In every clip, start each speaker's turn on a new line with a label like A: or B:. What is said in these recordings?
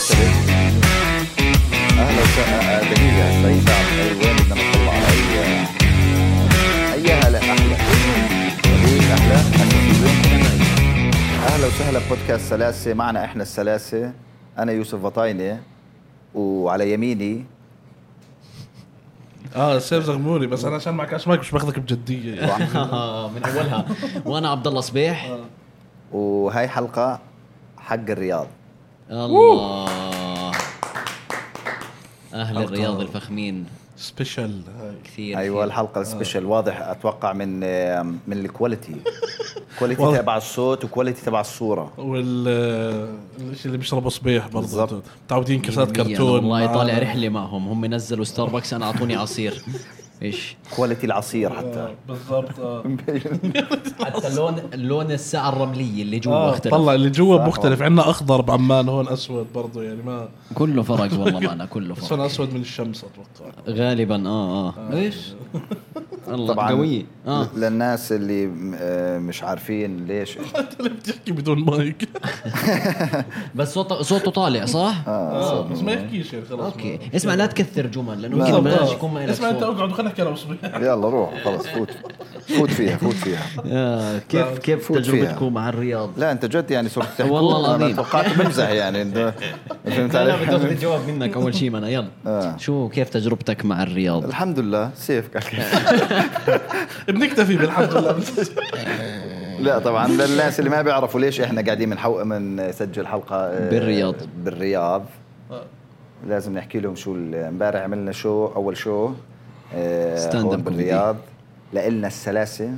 A: آه، طيب، وسهلا ببودكاست سلاسة معنا احنا السلاسة انا يوسف بطاينة وعلى يميني
B: اه سيف زغموري بس انا عشان معك اسمك مش باخذك بجديه يعني.
C: آه، من اولها وانا عبد الله
B: آه.
C: صبيح
A: وهاي حلقة حق الرياض
C: الله اهل
B: حلقة.
C: الرياض الفخمين
B: سبيشال
C: كثير
A: ايوه
B: أيوة،
A: الحلقة السبيشل واضح اتوقع من آم، من الكواليتي كواليتي
B: والله.
A: تبع الصوت وكواليتي تبع الصورة
B: والشيء اللي بيشربه صبيح
A: بالضبط.
B: برضه متعودين كاسات كرتون
C: والله
B: مع-
C: طالع رحله معهم هم نزلوا ستاربكس انا اعطوني عصير ايش
A: كواليتي العصير حتى
B: آه، بالضبط آه.
C: حتى اللون لون الساعه الرمليه اللي جوا
B: آه.
C: اختلف
B: طلع اللي
A: صح.
B: جوا مختلف عندنا اخضر بعمان هون اسود برضه يعني ما
C: كله فرق والله معنا كله
B: بس هون
C: فرق
B: اسود من الشمس اتوقع
C: غالبا اه اه ايش الله
B: آه،
A: طبعا
C: قوية اه
A: للناس اللي م- آه، مش عارفين ليش
B: انت ليه طيب، بتحكي بدون مايك
C: بس صوته صوته طالع صح؟
B: آه، بس ما يحكيش يعني خلاص
C: اوكي اسمع لا تكثر جمل لانه
B: بالضبط،
C: ممكن بلاش
B: آه.
C: يكون ما لك
B: اسمع انت
C: صوت.
B: اقعد وخلينا نحكي انا وصبيح
A: يلا روح خلص فوت فوت فيها فوت فيها
C: آه، كيف كيف
A: فوت فيها.
C: تجربتكم مع الرياض؟
A: لا انت جد يعني صرت تحكي
C: والله
A: أنا
C: العظيم.
A: توقعت بمزح يعني انت فهمت
C: لا بدي
A: علي
C: اخذ الجواب منك اول شيء منى
A: آه.
C: يلا شو كيف تجربتك مع الرياض؟
A: الحمد لله سيف كاك
B: بنكتفي بالحمد لله
A: لا طبعا للناس اللي ما بيعرفوا ليش احنا قاعدين من حو... من سجل حلقه آه،
C: بالرياض.
A: بالرياض لازم نحكي لهم شو ال- امبارح عملنا شو اول شو آه،
C: ستاند
A: هون
C: أب كوميدي.
A: بالرياض لإلنا السلاسه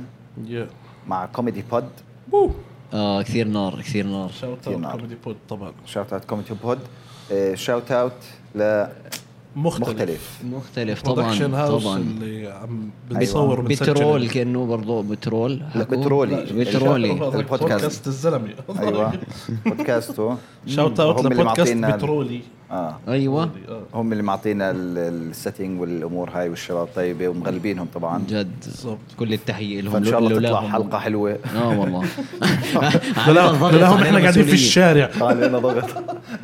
B: يا.
A: مع كوميدي بود
B: بو.
C: اه كثير نار كثير نار
B: شاوت
A: كثير نار.
B: اوت كوميدي بود طبعا
A: شاوت اوت كوميدي بود آه، شاوت اوت لمختلف
B: مختلف
C: مختلف
B: برودكشن
C: طبعا
B: هاوس
C: طبعا
B: اللي عم بنصور بنسجل
C: بترول كانه برضه بترول
A: لا،
C: حكوا؟
A: بترولي.
C: لا،
A: بترولي.
C: بترولي
A: أيوة، البودكاست.
B: بودكاست الزلمه
A: ايوه بودكاسته
B: شاوت اوت
A: هم اللي
B: لبودكاست
A: معطينا-
B: بترولي
A: اه
C: ايوه
B: آه.
A: هم اللي معطينا السيتنج والامور هاي والشباب طيبه ومغلبينهم طبعا
C: جد
B: بالضبط.
C: كل التحيه لهم
A: فان شاء الله تطلع
C: لولاهم-
A: حلقه حلوه
C: اه والله علينا الضغط،
B: لهم
C: علينا
B: احنا قاعدين في
C: مسؤولية.
B: الشارع
A: علينا ضغط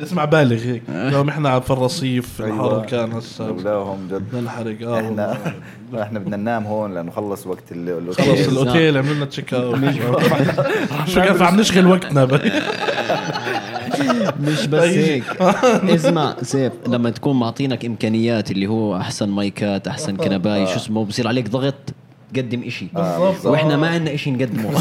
B: اسمع بالغ هيك لهم احنا في الرصيف
A: أيوة.
B: الحر كان هسه
A: لولاهم جد
B: بنحرق اه
A: احنا
B: والله.
A: احنا بدنا ننام هون لانه خلص وقت ال-
B: خلص
A: الاوتيل
B: الاوتيل عملنا تشيك اوت شو كيف عم نشغل وقتنا ب- طيب.
C: مش بس هيك اسمع سيف لما تكون معطينك امكانيات اللي هو احسن مايكات احسن كنباي
A: آه.
C: شو اسمه بصير عليك ضغط تقدم إشي
B: بالضبط.
C: واحنا ما عندنا إشي نقدمه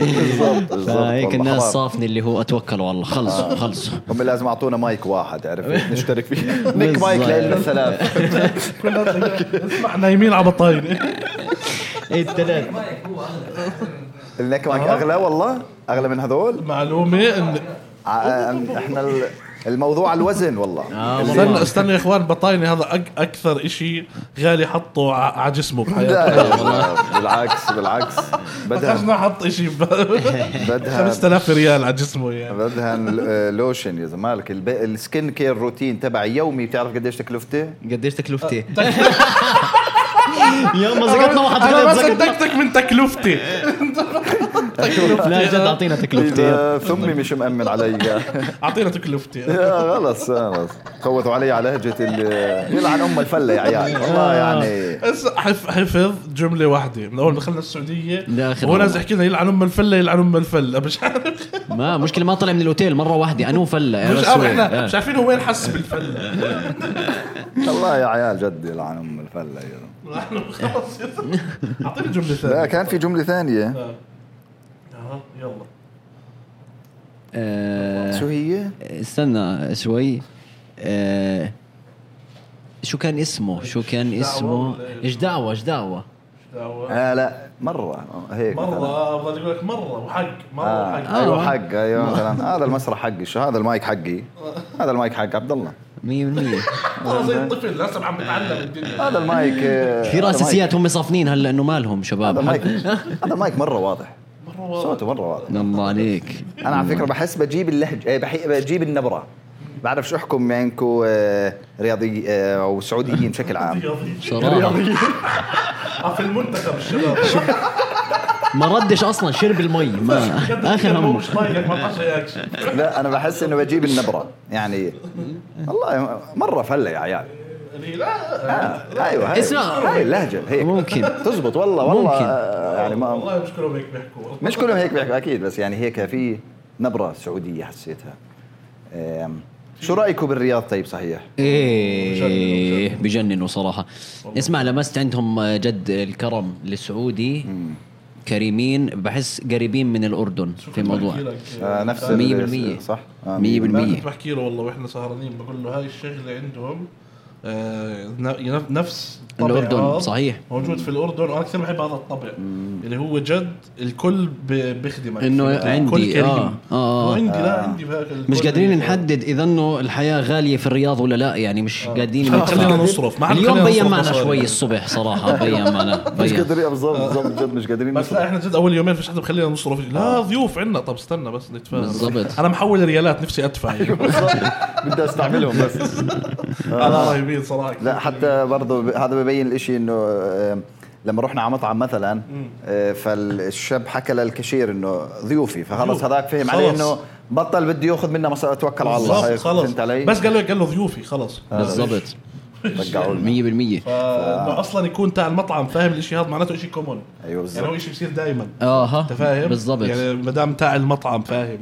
A: بالضبط
C: فهيك
A: بالضبط
C: الناس
A: والله آه. حرام.
C: صافنة اللي هو اتوكلوا على الله خلصوا خلصوا
A: هم لازم اعطونا مايك واحد عرفت نشترك فيه نيك مايك لنا الثلاث
B: اسمع نايمين على بطاينه إيه،
C: الثلاث
A: النيك مايك
C: آه.
A: اغلى والله اغلى من هذول
B: معلومه ان
A: ع- احنا ال- الموضوع على الوزن والله
C: آه.
B: استنى استنى يا اخوان بطاينه هذا أك- اكثر إشي غالي حطه ع- على جسمه بحياته
A: لا
C: طيب
A: والله، بالعكس بالعكس بدها
B: بدها حط إشي ب-
A: بدها
B: 5000 ريال على جسمه يعني
A: بدها ال- آه، لوشن يا زمالك الب- السكين كير روتين تبعي يومي بتعرف قديش تكلفته؟
C: قديش تكلفتي يلا زقطنا واحد
B: انا
C: غلط
B: آه. ما
C: زقطنا
B: صدقتك من تكلفتي
C: لا جد اعطينا تكلفتي
A: إذا ثمي مش مأمن علي
B: اعطينا تكلفتي
A: يا خلص خلص فوتوا علي على هجة ال- يلعن أم الفلة يا عيال والله يعني
B: هسه حف- حفظ جمله واحده من اول ما دخلنا السعوديه
C: لآخر
B: وهو
C: مرة.
B: نازل يحكي لنا يلعن ام الفله يلعن ام الفله مش عارف
C: ما مشكلة ما طلع من الاوتيل مرة واحدة انو فلة يا
B: مش
C: رسول.
B: عارف احنا
C: آه.
B: مش عارفين هو وين حس بالفله
A: والله يا عيال جد يلعن أم الفلة يا زلمة.
B: نحن خلص يا زلمة. اعطيني جمله
A: لا
B: ثانيه
A: كان في جملة ثانية
B: آه، يلا
C: آه،
A: شو هي؟
C: استنى شوي آه شو كان اسمه شو كان
B: إيش دعوة
C: اسمه
B: ولا إيش؟
C: ايش دعوة ايش دعوة
B: دعوة.
A: آه لا مرة هيك
B: مره
A: مثلا
B: آه، بضل يقول لك مره وحق مره
A: آه
B: وحق
A: ايوه حق ايوه مثلا هذا المسرح حقي شو هذا المايك حقي هذا المايك حق عبد الله
C: 100%
B: والله
A: آه.
B: زي الطفل لسه عم بتعلم الدنيا
A: هذا المايك آه،
C: كثير
A: هذا
C: اساسيات هم صافنين هلا انه مالهم
A: هذا
C: شباب
A: المايك هذا المايك مرة واضح صوته مرة واضح
C: الله عليك
A: انا على فكره بحس بجيب اللهجه آه، بحي- بجيب النبره بعرفش احكم بينكم رياضي آه، او سعوديين بشكل عام
C: صراحة
B: آه، في المنتخب الشباب
C: ما ردش اصلا شرب المي ما
B: بجد
C: اخر
B: الكلمة
C: همه
B: مش طايقك ما بقاش رياكشن
A: لا انا بحس انه بجيب النبره يعني والله مره فله يا عيال
B: يعني لا
A: آه، ايوه هاي
C: اسمع.
A: هاي اللهجه هيك
C: ممكن.
A: تزبط والله والله
C: ممكن.
A: آه، يعني ما
B: والله مش كلهم هيك بيحكوا
A: مش كلهم هيك بيحكوا اكيد بس يعني هيك في نبره سعوديه حسيتها أم، شو رايكم بالرياض طيب صحيح؟
C: ايه بجننوا صراحه اسمع لمست عندهم جد الكرم السعودي كريمين بحس قريبين من الاردن في موضوع
B: بحكي لك،
A: آه، نفس ال-
C: 100%
A: صح؟ آه،
C: 100%
B: كنت بحكي له والله واحنا سهرانين بقول له هاي الشغله عندهم آه ن- نفس طبع
C: الأردن،
B: هذا
C: صحيح.
B: موجود في الاردن وانا كثير بحب هذا الطبع اللي هو جد الكل ب- بخدمك
C: إنه
B: الكل
C: عندي،
B: كريم
C: آه، آه، آه.
B: وعندي لا عندي بهاك الكل
C: مش قادرين
B: اللي-
C: نحدد اذا انه الحياه غاليه في الرياض ولا لا يعني مش قادرين
B: آه، خلينا
C: ندفع.
B: نصرف، ما حد
C: اليوم
B: خلينا
C: بين
B: نصرف
C: معنا
B: مصاري.
C: شوي الصبح صراحه بين معنا
A: مش
C: بين
A: قادرين بالضبط بالضبط جد مش قادرين
B: بس
A: نصرف.
B: لا احنا جد اول يومين فيش حدا بخلينا نصرف لا ضيوف عندنا طب استنى بس نتفاهم
C: آه. بالضبط.
B: انا محول ريالات نفسي ادفع يعني
A: بدي استعملهم بس
B: انا رهيبين صراحه
A: لا حتى برضه ب- هذا ببين الاشي انه آه، لما رحنا على مطعم مثلا آه، فالشاب حكى للكاشير انه ضيوفي فخلص
B: ضيوف.
A: هذاك فهم عليه
B: أيوه. خلص.
A: انه بطل بده ياخذ منا مصاري توكل على الله
B: بالضبط
A: هيك،
B: خلص
A: فهمت علي؟ آه.
B: بس قال له قال له ضيوفي خلص
C: بالضبط
A: رجعوا لنا
C: 100%
B: فانه اصلا يكون تاع المطعم فاهم الاشي هذا معناته اشي كومون
A: ايوه بالضبط.
B: يعني هو اشي بصير دائما
C: اها
B: انت فاهم
C: آه، بالضبط
B: يعني ما دام تاع المطعم فاهم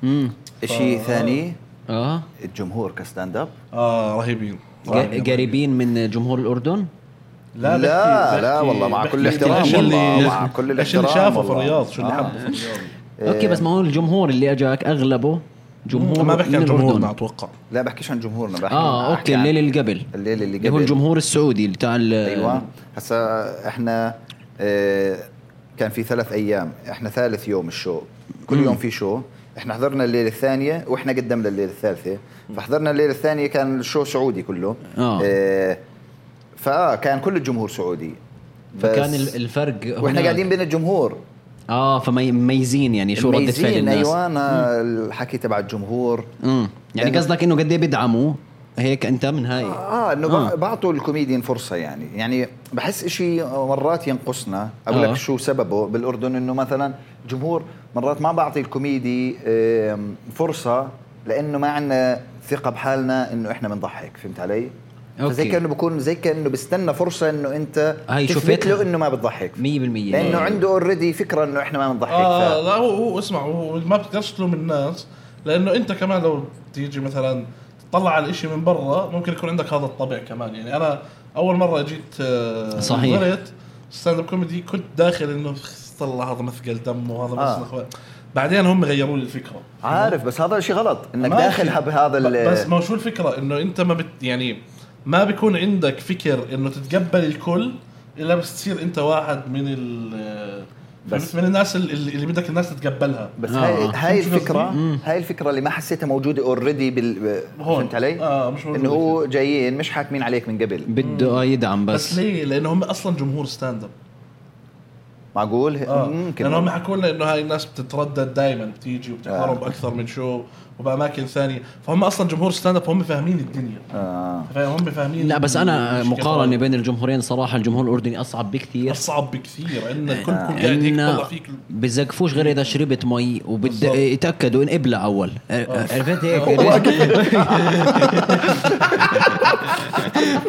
B: يعني
A: شيء
B: آه.
A: ثاني
C: اه
A: الجمهور كستاند اب
B: اه رهيبين
C: ق- قريبين من جمهور الاردن
A: لا لا, لا والله مع كل الاحترام
C: إيش اللي-
A: والله مع كل
B: ايش اللي
A: الاحترام
B: شافه في
A: والله.
B: الرياض شو اللي
A: آه.
B: حبه في الرياض
C: اوكي بس ما هو الجمهور اللي اجاك اغلبه جمهور
B: آه. ما بحكي عن
C: من
B: جمهورنا
C: الأردن.
B: اتوقع
A: لا بحكيش عن جمهورنا بحكي
C: اه
A: أحكي
C: اوكي
A: عن
C: الليل اللي قبل
A: الليل اللي
C: اللي هو
A: قبل.
C: الجمهور السعودي اللي بتاع ال-
B: أيوة.
A: ايوه هسا احنا آه، كان في ثلاث ايام احنا ثالث يوم الشو كل يوم في شو احنا حضرنا الليله الثانيه واحنا قدمنا الليله الثالثه فحضرنا الليله الثانيه كان الشو سعودي كله
C: آه.
A: آه، فكان كل الجمهور سعودي بس-
C: فكان ال- الفرق
A: واحنا
C: هناك.
A: قاعدين بين الجمهور
C: اه فمميزين يعني شو ردة فعل
A: مميزين،
C: الناس
B: أيوة.
A: ايوه انا الحكي تبع الجمهور
C: امم يعني
A: يعني-
C: قصدك انه قد ايه بيدعموا هيك انت من هاي
A: اه انه آه. بعطوا الكوميديان فرصه يعني يعني بحس إشي مرات ينقصنا اقول
C: آه.
A: لك شو سببه بالاردن انه مثلا جمهور مرات ما بعطي الكوميدي آم، فرصه لانه ما عندنا ثقه بحالنا انه احنا بنضحك فهمت علي
C: أوكي.
A: فزي كانه بكون زي كانه بستنى فرصه انه انت
C: هاي
A: تثبت
C: شفتها.
A: له انه ما بتضحك
C: 100%
A: لانه عنده اوريدي فكره انه احنا ما بنضحك
B: اه
A: آه
B: لا هو, هو اسمع هو ما بتقدرش تلوم الناس لانه انت كمان لو تيجي مثلا تطلع على الاشي من برا ممكن يكون عندك هذا الطبع كمان يعني انا اول مره جيت آه،
C: صحيح.
B: حضرت ستاند اب كوميدي كنت داخل انه طلع هذا مثقل دم وهذا
A: آه.
B: بس الأخوان. بعدين هم غيروا لي الفكره
A: عارف بس هذا الشيء غلط انك
B: ماشي.
A: داخلها بهذا ال-
B: ب- بس ما هو شو الفكره انه انت ما بت يعني ما بيكون عندك فكر انه تتقبل الكل الا بس تصير انت واحد من ال
A: بس-
B: بس من الناس ال- اللي بدك الناس تتقبلها
A: بس
C: آه،
A: هاي
C: آه.
A: هاي
B: فهمت شو
A: الفكره هاي الفكره اللي ما حسيتها موجوده اوريدي بال
B: هون.
A: فهمت علي؟
B: آه، مش موجودة.
A: انه هو جايين مش حاكمين عليك من قبل
C: بده آه يدعم
B: بس
C: بس
B: ليه؟ لانه هم اصلا جمهور ستاند اب
A: معقول؟
B: اه
A: ممكن
B: لانه هم حكوا لنا انه هاي الناس بتتردد دائما بتيجي وبتحضرهم
A: آه.
B: باكثر من شو وباماكن ثانيه فهم اصلا جمهور ستاند اب هم فاهمين الدنيا
A: آه.
B: فاهم هم فاهمين
C: لا بس انا
B: مش كيف
C: مقارنه
B: هذا.
C: بين الجمهورين صراحه الجمهور الاردني اصعب بكثير
B: اصعب بكثير عندنا
A: إيه.
B: الكل كل قاعد هيك
C: عنا
B: طلع فيك
C: بزقفوش غير اذا شربت مي وبد إيه،
B: بالضبط. آه.
C: يتاكدوا ان ابلع اول عرفت
A: إيه،
C: هيك يعني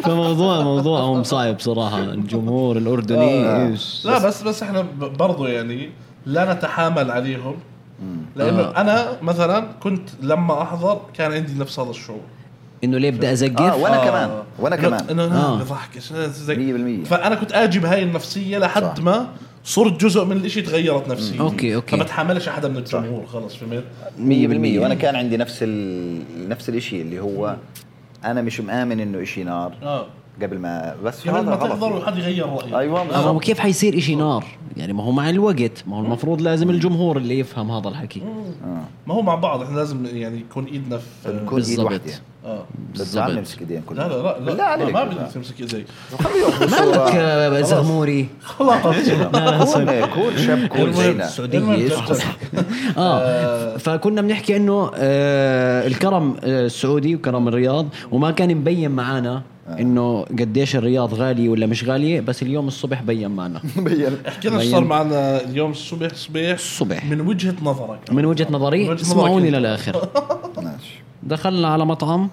C: فموضوع موضوعهم صعب صراحه الجمهور الاردني إيش.
B: آه. لا بس بس احنا ب- برضو يعني لا نتحامل عليهم لانه
C: آه.
B: انا مثلا كنت لما احضر كان عندي نفس هذا الشعور
C: انه ليه بدي
A: اه
C: ازقف
A: وانا
B: آه.
A: كمان وانا
B: إنه-
A: كمان
B: انه انا
C: آه.
B: بضحكش أنا زي-
A: 100%.
B: فانا كنت اجي بهاي النفسيه لحد
A: صح.
B: ما صرت جزء من الاشي تغيرت نفسيتي
C: أوكي، أوكي.
B: فما بتحملش حدا من الجمهور خلص فهمت
A: 100% وانا كان عندي نفس ال... نفس الشيء اللي هو انا مش مآمن انه شيء نار
B: اه
A: قبل ما بس
B: قبل
A: هذا
B: يعني ما
A: غلط.
B: تحضر وحد يغير رايه
A: ايوه
C: آه، ما هو
A: بالضبط.
C: كيف حيصير إشي نار يعني ما هو مع الوقت ما هو المفروض لازم الجمهور اللي يفهم هذا الحكي
B: آه. ما هو مع بعض احنا لازم يعني يكون ايدنا في
A: نكون ايد
C: بالضبط.
A: واحده
B: اه
A: بس تعال نمسك
C: بالضبط
A: ايدين
B: لا
A: يعني كلنا
B: لا لا
A: بالله
B: لا, لا
A: عليك
B: ما بدي تمسك ايدي
C: مالك آه، زغموري
B: خلاص
A: كون كون شاب كون
B: المهم،
A: زينا
B: المهم،
C: سعودية
B: آه.
C: اه فكنا بنحكي انه آه الكرم آه، السعودي وكرم الرياض وما كان مبين معانا
B: آه.
C: انه قديش الرياض غالية ولا مش غالية بس اليوم الصبح بين معنا
A: مبين
B: احكي لنا شو صار معنا اليوم الصبح صبيح
C: الصبح.
B: من وجهه نظرك
C: من وجهة
B: آه. من
C: نظري
B: وجهة
C: اسمعوني
B: نظرك.
C: للآخر
A: ماشي
C: دخلنا على مطعم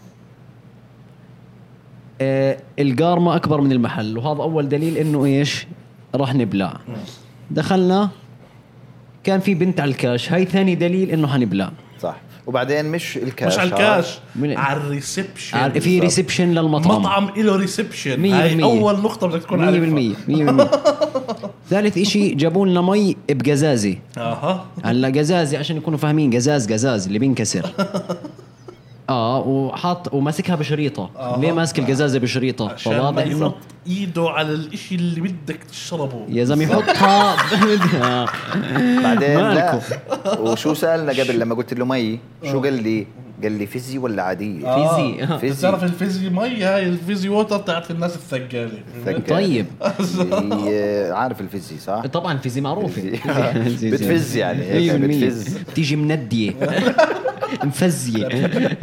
C: آه القارمة أكبر من المحل وهذا أول دليل إنه إيش راح نبلع دخلنا كان في بنت على الكاش هاي ثاني دليل انه حنبلع
A: صح وبعدين مش الكاش
B: مش على
A: هذا.
B: الكاش
C: من-
B: على الريسبشن
C: عار- في ريسبشن للمطعم
B: مطعم له ريسبشن
C: مية
B: هاي
C: بالمية.
B: اول نقطه بدك تكون عارفها
C: 100% 100% ثالث إشي جابوا لنا مي بقزازه
B: اها
C: هلا قزازه عشان يكونوا فاهمين قزاز قزاز اللي بينكسر اه وحاط وماسكها بشريطه
B: آه.
C: ليه ماسك القزازه بشريطه
B: عشان ما
C: فواضح انه
B: يحط ايده على الاشي اللي بدك تشربه
C: يا زلمه يحطها بدها
A: بعدين لا
C: مالكم؟
A: وشو سالنا قبل لما قلت له مي شو قال لي؟ قال لي فيزي ولا عاديه؟
B: آه.
C: فيزي.
B: بس
A: فيزي.
B: تعرف الفيزي مي هاي الفيزي ووتر بتاعت الناس الثقاله
A: ثك-
C: طيب.
A: هي- عارف الفيزي صح؟
C: طبعا فيزي معروفه
A: فيزي. بتفز يعني هيك
C: 100%
A: بتفز
C: بتيجي منديه مفزيه
B: غازية.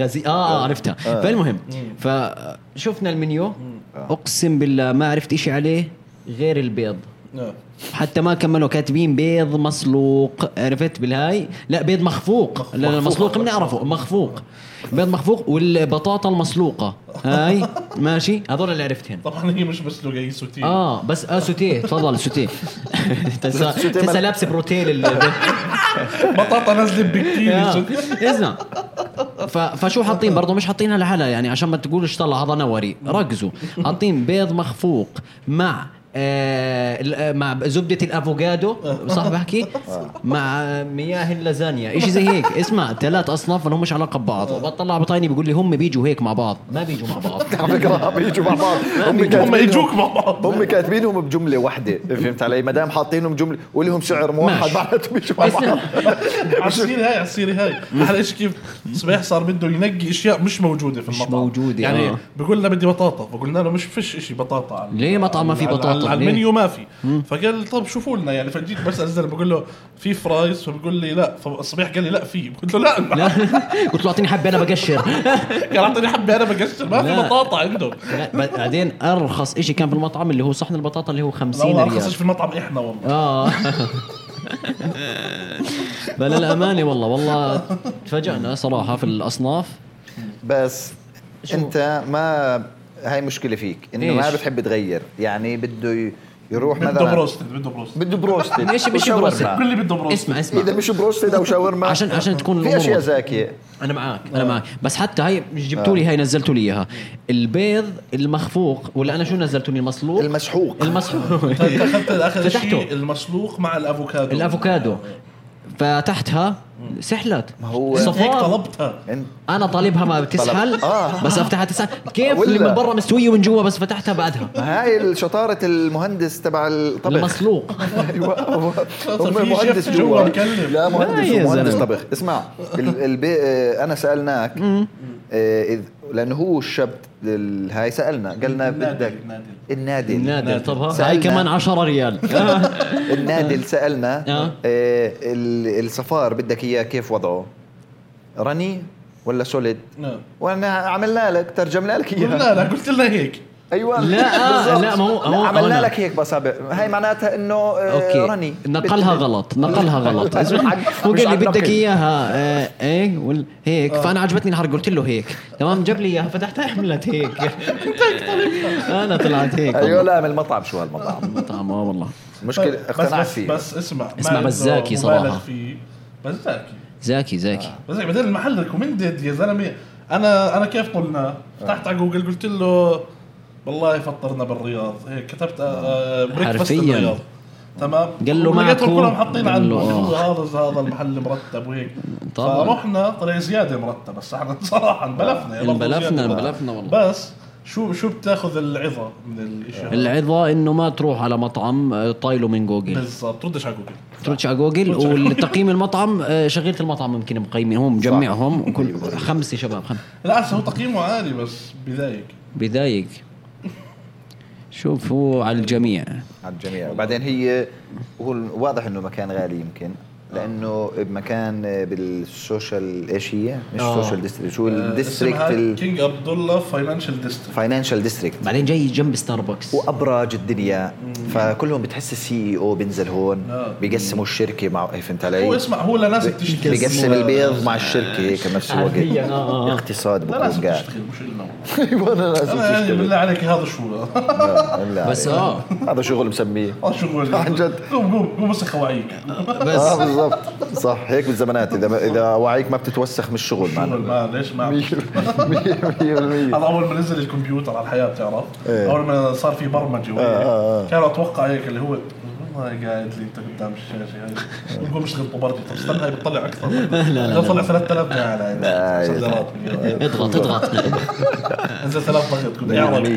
C: غازي اه, آه عرفتها آه. فالمهم فشفنا المنيو اقسم بالله ما عرفت إشي عليه غير البيض
B: آه.
C: حتى ما كملوا كاتبين بيض مسلوق عرفت بالهاي لا بيض مخفوق لا لا مسلوق بنعرفه مخفوق بيض مخفوق والبطاطا المسلوقه هاي ماشي هذول اللي عرفتهم
B: طبعا هي مش بس لقاي سوتين
C: اه بس اه سوتيه تفضل سوتيه تسا
A: سوتيه
C: تسا
A: مال-
C: لابسه بروتيل ال-
B: بطاطا نازله بكتير
C: آه. اسمع ف... فشو حاطين برضه مش حاطينها لحالها يعني عشان ما تقولش طلع هذا نوري ركزوا حاطين بيض مخفوق مع آه ال- آه، مع زبدة الافوكادو صح بحكي؟ مع آه، مياه اللازانيا شيء زي هيك اسمع ثلاث اصناف ما لهمش علاقه ببعض وبطلع بطيني بيقول لي هم بيجوا هيك مع بعض ما بيجوا مع بعض
A: على فكره بيجوا مع بعض هم
B: هم
A: كاتبينهم-
B: يجوك مع بعض
A: هم كاتبينهم بجمله واحده فهمت علي ما دام حاطينهم جمله ولهم شعر موحد
C: ماشي.
A: معناته بيجوا مع بعض
B: عالسيرة هاي عالسيرة هاي احلى شيء كيف صبيح صار بده ينقي اشياء مش موجوده في
C: مش
B: المطعم
C: موجودة،
B: يعني
C: آه.
B: بقول لنا بدي بطاطا فقلنا له مش فيش شيء بطاطا على
C: ليه مطعم ما في
B: على-
C: بطاطا؟
B: على, على
C: ليه؟
B: المنيو ما في فقال طب شوفوا لنا يعني فجيت بس الزلمه بقول له في فرايز فبقول لي لا فصبيح قال لي لا في قلت له لا
C: لا قلت له اعطيني حبه انا بقشر
B: قال اعطيني حبه انا بقشر ما
C: لا.
B: في بطاطا عندهم
C: لا، بعدين ارخص شيء كان في المطعم اللي هو صحن البطاطا اللي هو
B: لا
C: 50
B: والله
C: ريال
B: ارخصش في المطعم احنا والله
C: اه بلا الامانه والله والله تفاجئنا صراحه في الاصناف
A: بس
C: شو؟
A: انت ما هاي مشكله فيك انه ما
C: إيش؟
A: بتحب تغير يعني بده ي- يروح
B: بده
A: مثلا
B: بروستد بده بروستد
A: بده بروستد
C: مش مش
A: وشاورما.
C: بروستد
B: كل اللي بده بروستد
C: اسمع اسمع
A: اذا مش بروستد او شاورما
C: عشان عشان تكون
A: في اشياء
C: مرة.
A: زاكيه
C: انا معاك انا معاك بس حتى هاي جبتوا
A: آه.
C: لي هاي نزلتوا لي اياها البيض المخفوق ولا انا شو نزلتوا لي المسلوق
A: المسحوق
C: المسلوق
B: اخذت اخذ
C: فتحته.
B: شيء المسلوق مع الافوكادو
C: الافوكادو فتحتها سحلت
A: ما هو
C: صف-
B: هيك طلبتها
A: انت
C: انا طالبها ما بتسحل
A: آه.
C: بس افتحها تسحل كيف
A: ولا.
C: اللي من برا مستويه ومن جوا بس فتحتها بعدها
A: هاي شطاره المهندس تبع الطبخ
C: المسلوق
A: ايوه هو
B: في
A: هم
B: شيف
A: مهندس
B: جوا
A: جوا
B: بيكلم.
A: لا مهندس
C: لا يا
A: ومهندس
C: زلمة.
A: طبخ اسمع ال- البي آه، انا سالناك آه، إذ- لانه هو الشاب ال- هاي سالنا قالنا
B: النادل،
A: بدك
B: النادل.
A: النادل
C: النادي طب ها- هاي
A: سألنا.
C: كمان 10 ريال
B: آه،
A: النادل سالنا
C: آه.
A: آه، ال- الصفار بدك اياه كيف وضعه رني ولا سوليد
B: نعم.
A: وانا عملنا لك ترجمنا لك اياها
B: قلنا لا قلت لنا هيك
A: ايوه
C: لا، آه،
A: بالضبط.
C: لا، ما هو- هو-
A: عملنا
C: هو-
A: لك هيك بصابع هاي معناتها انه آه،
C: اوكي
A: رني
C: نقلها غلط نقلها غلط
A: مش عن-
C: هو
A: مش
C: قال لي
A: عن
C: بدك
A: نقل.
C: اياها آه، ايه وال- هيك
B: آه.
C: فانا عجبتني الحركه قلت له هيك تمام جاب لي اياها فتحتها عملت هيك انا طلعت هيك
A: ايوه
B: أيوة.
C: والله.
A: لا من المطعم شو هالمطعم
C: مطعم اه والله
A: مشكله
B: بس-
A: اقتنعت
B: طيب، بس-
A: فيه
B: بس اسمع مع
C: اسمع،
B: إنه
C: بس زاكي
B: مبالغ
C: صراحة.
B: فيه بس زاكي
C: زاكي زاكي
B: بس زاكي بعدين المحل ريكومندد يا زلمه انا انا كيف قلنا فتحت على جوجل قلت له والله فطرنا بالرياض هيك كتبت بريكفاست
C: حرفياً.
B: بالرياض تمام
C: قال
B: لقيتهم
C: له معكم.
B: كلهم حاطين
C: قال له
B: عنده
C: آه.
B: هذا هذا المحل مرتب وهيك
C: طبعاً.
B: فرحنا طلع زياده مرتب بس احنا صراحه انبلفنا يا برضه
C: انبلفنا
B: زيادة مرتب.
C: انبلفنا والله
B: بس شو شو بتاخذ العظه من الاشي هذا؟
C: العظه انه ما تروح على مطعم آه، طايله من جوجل
B: بالضبط تردش على جوجل
C: تروحش على جوجل
B: تروحش على جوجل.
C: والتقييم المطعم آه، شغيله المطعم يمكن مقيمين هم مجمعهم وكل
B: أيوة.
C: خمسه شباب خمسه
B: لا هسه هو تقييمه عالي بس بضايق
C: بضايق شوفوا على الجميع
A: على الجميع وبعدين هي هو واضح انه مكان غالي يمكن لانه بمكان آه، بالسوشيال ايش هي؟ مش
C: آه.
A: سوشيال ديستريكت شو الديستريكت
B: كينج عبد الله فاينانشال ديستريكت
A: الفاينانشال ديستريكت
C: بعدين جاي جنب ستاربكس
A: وابراج الدنيا فكلهم بتحس السي اي او بينزل هون
B: آه.
A: بيقسموا الشركه مع إيه، فهمت علي؟
B: هو اسمع هو لناس بتشتغل
A: بيقسم البيض مع الشركه هيك بنفس
C: حرفياً،
A: الوقت
C: آه، آه.
A: اقتصاد
B: لناس
A: بكون قاعد
B: بتشتغل مش لنا والله.
A: ايوه انا لازم
B: انا يعني
A: تشتغل
B: بالله عليك هذا شو
A: آه، بالله
C: بس
A: عليك.
C: آه.
A: هذا شغل مسميه
B: هذا شو
A: عن جد.
B: قوم قوم قوم مسخ وعيك
A: اه
C: بس
A: بالضبط صح هيك بالزمانات اذا اذا وعيك ما بتتوسخ من الشغل
B: شغل
A: معنا
B: ما ليش ما
A: 100%
B: هذا اول ما نزل الكمبيوتر على الحياه بتعرف
A: إيه.
B: اول ما صار في برمجه وهيك
A: آه، آه.
B: كانوا اتوقع هيك اللي هو والله قاعد لي انت قدام الشاشه
A: آه.
B: هاي قوم اشتغل طبرتي طب استنى هاي بتطلع اكثر لا طلع 3000 نعم
A: لا،
B: لا
A: يا
B: صدرات
C: اضغط اضغط
B: انزل 3000 ضغط كنت أعرف.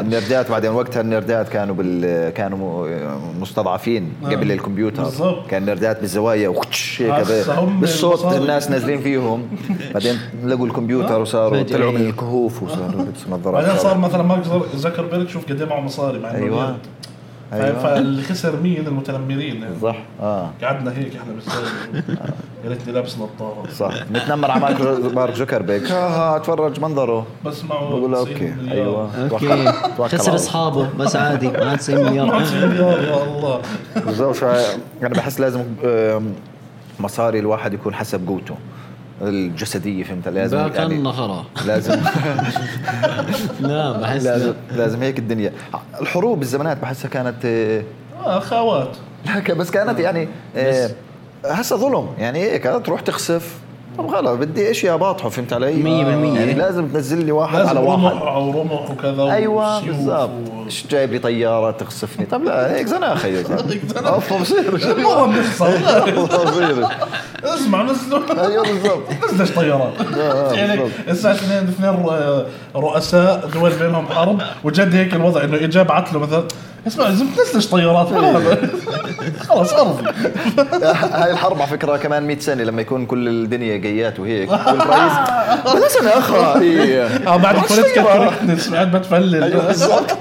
A: النردات بعدين وقتها النردات كانوا بال كانوا م- مستضعفين
B: آه.
A: قبل الكمبيوتر
B: بالضبط.
A: كان نردات بالزوايا وخش هيك
B: هسا هم
A: بالصوت
B: المصاري.
A: الناس نازلين فيهم بعدين لقوا الكمبيوتر وصاروا
C: فجأة.
A: طلعوا من الكهوف وصاروا لبسوا نظارات
B: بعدين صار مثلا مارك زر- زكربيرج شوف قد ايه معه مصاري مع إنه
A: أيوة.
B: رياض.
A: أيوة.
B: فاللي خسر مين المتنمرين يعني.
A: صح اه
B: قعدنا هيك احنا بالسياره يا ريتني لابس نظاره
A: صح نتنمر على مارك مارك زوكربيرج ها ها آه، تفرج منظره
B: بس معه
A: بقول له
B: 90
A: اوكي
B: مليار.
A: ايوه
C: اوكي خسر
A: على
C: اصحابه بس عادي ما 90
B: معه
C: مليار
B: 90 مليار يا الله
A: بالضبط فا- انا بحس لازم آم، مصاري الواحد يكون حسب قوته الجسديه فهمت لازم يعني
C: باك
B: يعني.
C: النخرة
A: لازم
C: لا بحس
A: لازم لازم هيك الدنيا الحروب بالزمانات بحسها كانت آه،
B: اه خاوات
A: هيك بس كانت يعني آه، هسه ظلم يعني هيك آه، تروح تخسف طب خلص بدي اشياء باطحه فهمت علي؟
C: مية بالمية.
A: يعني لازم تنزل لي واحد
B: لازم
A: على واحد
B: رمح ورمح وكذا
A: ايوه
B: وسيوف
A: بالضبط
B: و-
A: ايش جايب لي طياره تخسفني طب لا إيه، هيك زناخه يا زلمه اوف بصير
B: المهم نخسر
A: بصير
B: اسمع نزلوا
A: ايوه بالضبط
B: نزلش طيارات
A: آه،
B: يعني
A: بالضبط.
B: الساعه 2 اثنين ر- رؤساء دول بينهم حرب وجد هيك الوضع انه اجا بعت له مثلا اسمع لازم تنزلش طيارات ما
A: إيه.
B: هذا. خلص ارضي
A: هاي الحرب على فكره كمان 100 سنه لما يكون كل الدنيا جيات وهيك كل رئيس بلاش انا اخا إيه.
B: اه بعد
A: بالعكس
B: البوليتيكال
A: طيارة.
B: كوركتنس قاعد
A: ايوه
B: بتفلل
A: بالضبط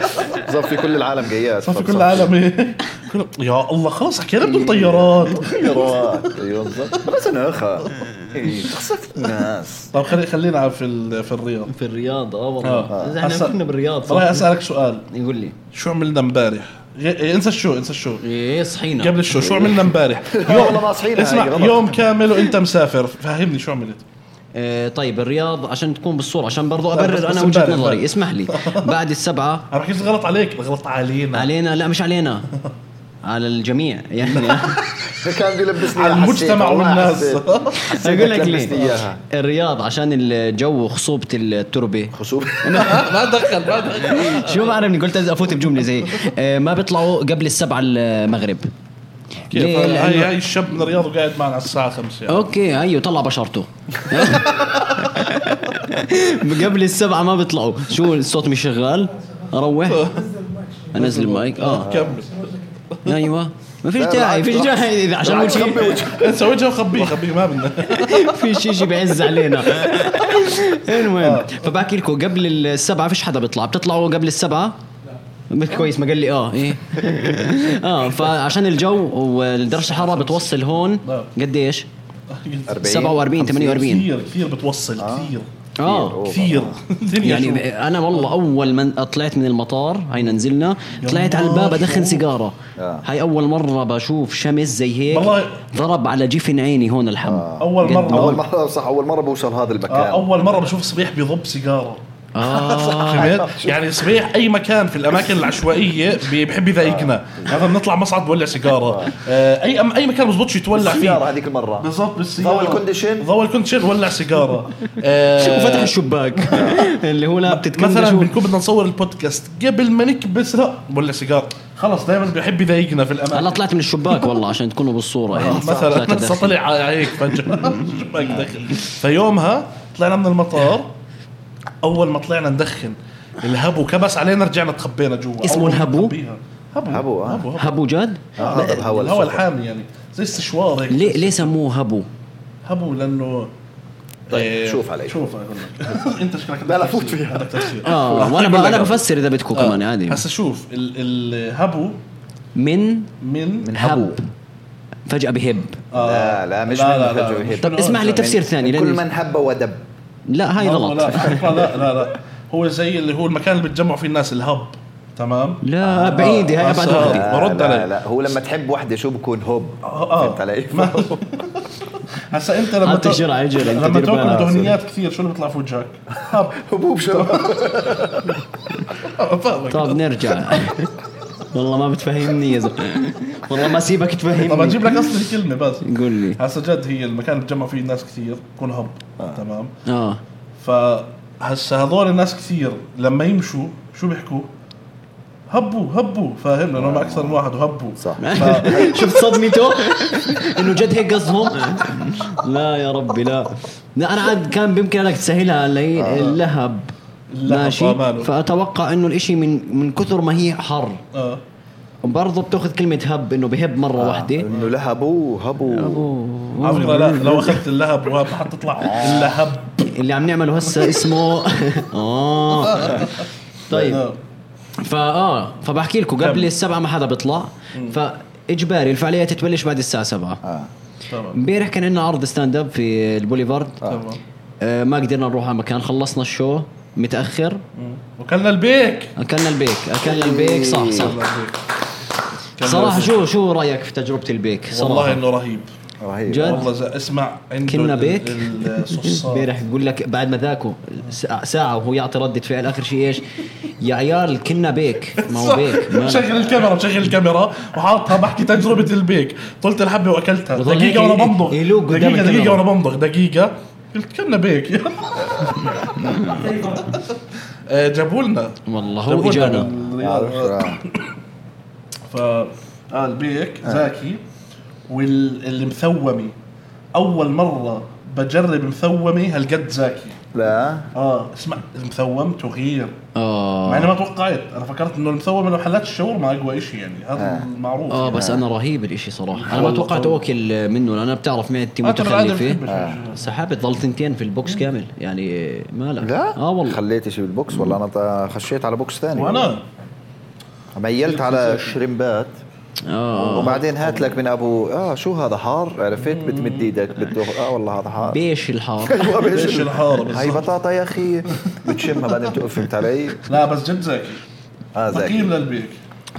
A: بالضبط في كل العالم جيات
B: صار أيوه. في كل العالم إيه. كل- يا الله خلص حكينا بدون طيارات
A: طيارات ايوه بالضبط بلاش انا اخا إيه، تخسف الناس
B: طب خلي خلينا على في ال- في الرياض
C: في الرياض اه
B: آه.
C: والله احنا
B: هسا-
C: كنا بالرياض صح؟
B: والله اسالك سؤال
C: يقول لي
B: شو عملنا امبارح؟ غي- إيه، انسى الشو انسى الشو
C: ايه صحينا
B: قبل الشو شو عملنا امبارح؟
A: والله ما صحينا
B: اسمع
A: هاي، غلط.
B: يوم كامل وانت مسافر فهمني شو عملت؟
C: آه، طيب الرياض عشان تكون بالصوره عشان برضو
B: لا، بس-
C: ابرر
B: بس
C: انا وجهه
B: امبارح.
C: نظري اسمح لي بعد السبعه
B: انا بحكيش غلط عليك غلط علينا
C: علينا لا مش علينا على الجميع يعني
A: كان بيلبسني
B: على
A: إياها، حسيت،
B: المجتمع
A: والله
B: والناس.
A: حسيت. حسيت
C: اقول لك
A: لبسني
C: ليه
A: اياها
C: الرياض عشان الجو خصوبه التربه
A: خصوبة
B: ما دخل ما دخل
C: شو بعرفني قلت لازم افوت بجمله زي آه، ما بيطلعوا قبل السبعه المغرب
B: كيف
C: ليه؟
B: هاي
C: لأنه-
B: هاي الشاب من الرياض وقاعد معنا على الساعه 5 يعني.
C: اوكي ايوه طلع بشرته قبل السبعه ما بيطلعوا شو الصوت مش شغال اروح انزل المايك اه
B: كمل
C: ايوه ما فيش
A: لا،
C: داعي
A: بالعكس،
C: فيش داعي إذا عشان أقول شيء
B: انسى وجهه وخبيه خبيه ما بدنا
C: في شيء شيء بيعز علينا المهم فبحكي لكم قبل السبعه فيش حدا بيطلع بتطلعوا قبل السبعه مش كويس ما قال لي اه ايه اه فعشان الجو ودرجه الحراره بتوصل هون قديش؟ 47 48
B: كثير كثير بتوصل كثير
C: اه
B: كثير الدنيا شو.
C: يعني انا والله اول ما طلعت من المطار هينا نزلنا
B: يا
C: طلعت على
B: الله،
C: الباب
B: شو؟
C: ادخن سيجاره
A: آه.
C: هاي اول مره بشوف شمس زي هيك
B: والله. آه.
C: ضرب على جفن عيني هون الحم
B: أول
C: قد-
B: مرة.
A: اول مره صح اول مره بوصل هذا
B: آه،
A: المكان
B: اول مره بشوف صبيح بيضب سيجاره
C: اه
B: فهمت؟ يعني صبيح اي مكان في الاماكن العشوائيه بي- بيحب يضايقنا هذا بنطلع مصعد بولع سيجاره آه، اي أم اي مكان مزبوطش يتولع
A: السيارة
B: فيه
A: هذيك المرة
B: بالضبط بالسياره
A: ضوء الكونديشن.
B: ضوء الكونديشن ولع سيجاره آه،
C: وفتح الشباك اللي هو لا بتتكلم
B: مثلا
C: شو.
B: بنكون بدنا نصور البودكاست قبل ما نكبس لا ولا سيجار خلص دائما بيحب يضايقنا في آه،
C: هلا
B: الاماكن
C: طلعت من الشباك والله عشان تكونوا بالصوره يعني
B: مثلا
C: طلعت
B: هسه
C: أدخن.
B: طلع على هيك فجاه شباك دخل فيومها طلعنا من المطار اول ما طلعنا ندخن الهبو كبس علينا رجعنا تخبينا جوا
C: اسمه
B: أول ما
C: الهبو؟
B: تخبيها. هبو
A: هبو،
B: هبو
A: آه.
B: هبو
C: هبو جد
A: آه، هذا بهوى
B: الهواء
A: السفر.
B: الحامي يعني زي استشوار هيك
C: ليه ليه سموه هبو
B: هبو لانه
A: طيب،
B: إيه،
A: شوف علي.
B: شوف اقول لك آه، انت شكلك
A: لا، لا، فوت
B: تفسير.
A: فيها. آه،
B: عندك تفسير
C: اه وانا ب- انا بفسر اذا بدكم كمان
B: آه،
C: عادي
B: هسه شوف ال- الهبو
C: من
B: من
A: هبو.
C: هب فجاه بهب
B: آه.
A: لا لا مش
B: لا، لا،
A: من
B: لا،
A: فجوة
B: مش
A: هيك.
C: طب
B: من
C: اسمع لي
B: أوجه.
C: تفسير ثاني
A: يعني كل
C: لأني-
A: من هب ودب
C: لا هاي
B: لا،
C: غلط
B: لا فكرة لا لا لا هو زي اللي هو المكان اللي بتجمعوا فيه الناس الهب تمام
C: لا بعيد هاي
B: آه،
C: ابعد
B: آه.
C: وحده
A: لا،
B: برد
A: لا،
B: علي.
A: لا هو لما تحب وحده شو بكون هوب
B: آه.
A: فهمت علي؟
B: ما- هسا انت لما
C: أعطي شرعة على الجرع، أنت
B: لما
C: دير بالك.
B: تاكل دهنيات كثير شو اللي بيطلع في وجهك؟ هب
A: هبوب شو
B: فاهمك
C: طب طيب، نرجع والله ما بتفهمني يا زلمه والله ما سيبك تفهمني
B: طب اجيب لك اصل الكلمه بس
C: قول لي
B: هسا جد هي المكان اللي بتجمع فيه الناس كثير بكون هب تمام
C: اه
B: فهسا هذول الناس كثير لما يمشوا شو بيحكوا؟ هبوا هبوا فاهم لانه هم اكثر من واحد وهبوا
A: صح
C: شفت صدمته انه جد هيك قصدهم لا يا ربي لا لا انا عاد كان بامكانك تسهلها اللي- اللهب
B: آه. اللهب، آه،
C: ماشي
B: ماله.
C: فاتوقع انه الاشي من من كثر ما هي حر
B: اه
C: برضه بتاخذ كلمه هب انه بهب مره
B: آه.
C: واحده
A: انه لهبوا هبوا
B: على فكره لا لو اخذت اللهب وهب حتطلع اللهب
C: اللي عم نعمله هسه اسمه اه طيب
B: آه.
C: فا اه فبحكي لكم
B: كمل.
C: قبل السبعه ما حدا بيطلع فاجباري الفعاليات تبلش بعد الساعه 7
A: آه.
B: تمام
C: امبارح كان عندنا عرض ستاند اب في البوليفارد
B: تمام
C: آه، ما قدرنا نروح على مكان خلصنا الشو متاخر
B: مم. وكلنا البيك
C: اكلنا البيك اكلنا البيك صح صح
B: كلنا البيك. كلنا
C: صراحه
B: البيك.
C: شو شو رايك في تجربه البيك
B: والله
C: صراحه
B: انه رهيب
A: رهيب
C: جد؟
B: والله زي اسمع عنده
C: كنا
B: ال-
C: بيك؟
B: ال- الصوصات
C: امبارح بقول لك بعد ما ذاكوا ساعة- ساعه وهو يعطي رده فعل اخر شيء ايش يا عيال كنا بيك ما هو بيك ما أنا-
B: مشغل الكاميرا مشغل الكاميرا وحاطها بحكي تجربه البيك طلت الحبه واكلتها
C: وظل
B: دقيقه
C: هيك إيه،
B: وانا بمضغ
C: يلوق قدام
B: دقيقه دقيقه
C: الكاميرا.
B: وانا بمضغ دقيقه قلت كنا بيك آه، جابوا لنا
C: والله
B: جابوا
C: هو
B: لنا
C: اجانا
B: من الرياض.
A: عارف، آه.
B: ف آه، البيك زاكي والمثومي اول مره بجرب مثومي هالقد زاكي
A: لا
B: اه اسمع المثوم تغيير مع
C: اه
B: اني ما توقعت انا فكرت انه المثوم لو حلات الشاورما اقوى شيء يعني هذا
A: آه.
B: المعروف
C: اه
B: يعني.
C: بس انا رهيب الاشي صراحه انا ما
B: والله
C: توقعت
B: قوي.
C: اوكل منه لأن انا بتعرف معدتي
B: آه، أنت بالعادة
C: متخلفه
B: بتحبش الشاورما.
C: سحبت ضل تنتين في البوكس كامل يعني مالك
A: لا
B: آه،
C: اه والله
A: خليت شيء بالبوكس والله انا ط- خشيت على بوكس ثاني
B: وانا
A: ميلت على شريمبات
B: آه.
C: اه
A: وبعدين هات لك من ابو اه شو هذا حار عرفت بتمد ايدك بتدخل اه والله هذا حار
C: بيش الحار
A: أيوة، بيش
B: بيش
A: ال-
B: الحار،
A: هاي
B: بالضبط.
A: بطاطا يا اخي بتشمها بعدين تقف فهمت علي؟
B: لا بس جد زاكي
A: اه
B: تقييم
A: زاكي
B: للبيك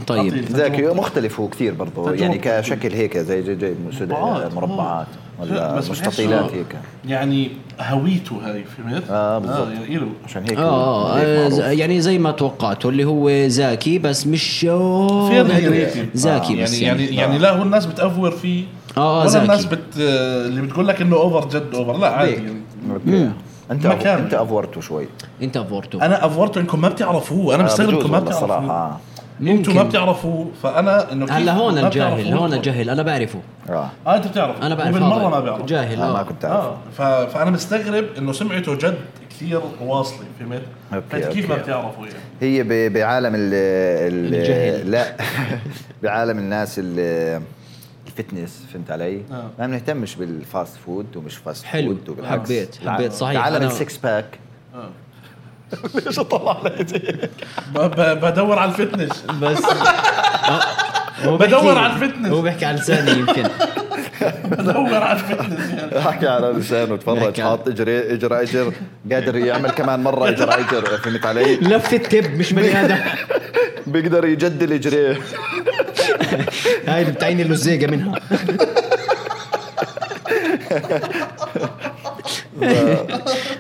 C: طيب.
B: عطيني.
A: زاكي مختلف هو كثير برضه
B: تجربة.
A: يعني كشكل هيك زي جاي جاي مسد-
B: مربعات.
A: مربعات ولا
B: بس بحس
A: مستطيلات
B: إنه
A: هيك
B: يعني هويته هاي فهمت؟
A: آه، بالضبط.
B: يعني إله
A: عشان هيك هو-
C: اه
A: هيك
C: آه،
A: معروف.
C: ز- يعني زي ما توقعته اللي هو زاكي بس مش أوه،
B: فير
C: هدول.
B: creative.
C: زاكي
B: يعني
C: بس
B: يعني
C: يعني
B: يعني لا هو الناس بتأفور فيه
C: آه، آه،
B: ولا
C: زاكي.
B: الناس بت اللي بتقول لك انه اوفر جد اوفر لا عادي
C: بيك.
B: يعني
A: اوكي انت أف-
B: مكان.
A: انت افورته شوي
C: انت فورتو
B: انا افورته انكم ما بتعرفوه انا
A: آه،
B: مستغرب
A: بجوز
B: انكم ما
A: والله
B: بتعرفوه
A: صراحه
B: انتم ما
C: ممكن.
B: بتعرفوه فانا انه كيف
C: هلا هون
B: ما
C: الجاهل
B: بتعرفوه؟
C: هون الجاهل انا بعرفه
A: اه
B: اه انت بتعرف
C: انا بعرف
B: بالمره
C: هذا.
B: ما بعرف
C: جاهل
A: آه، ما
C: اه
A: كنت اعرف
B: اه ف... فانا مستغرب انه سمعته جد كثير واصله فهمت؟
A: أوكي،
B: فانت كيف
A: أوكي.
B: ما بتعرفه يعني؟
A: هي ب- بعالم ال
C: الجهل.
A: ال لا بعالم الناس ال الفتنس فهمت علي؟
B: آه.
A: ما بنهتمش بالفاست فود ومش فاست
C: حلو.
A: فود وبالعكس
C: حبيت،
A: بالعكس.
C: حبيت، صحيح.
A: بعالم
C: أنا-
A: السكس باك
B: آه.
A: ليش اطلع علي
B: ب... ب... بدور على الفتنس
C: بس هو
B: بدور
C: بيحكي-
B: على الفتنس.
C: هو بيحكي على لساني يمكن
B: بدور على الفتنس يعني
A: حكي على لسانه
C: بحكي
A: تفرج
C: على-
A: حاط اجري اجر اجر قادر يعمل كمان مره اجر اجر فهمت علي؟
C: لفة تب مش بني ادم
A: بيقدر يجدل اجريه
C: هاي اللي بتعين اللزيقه منها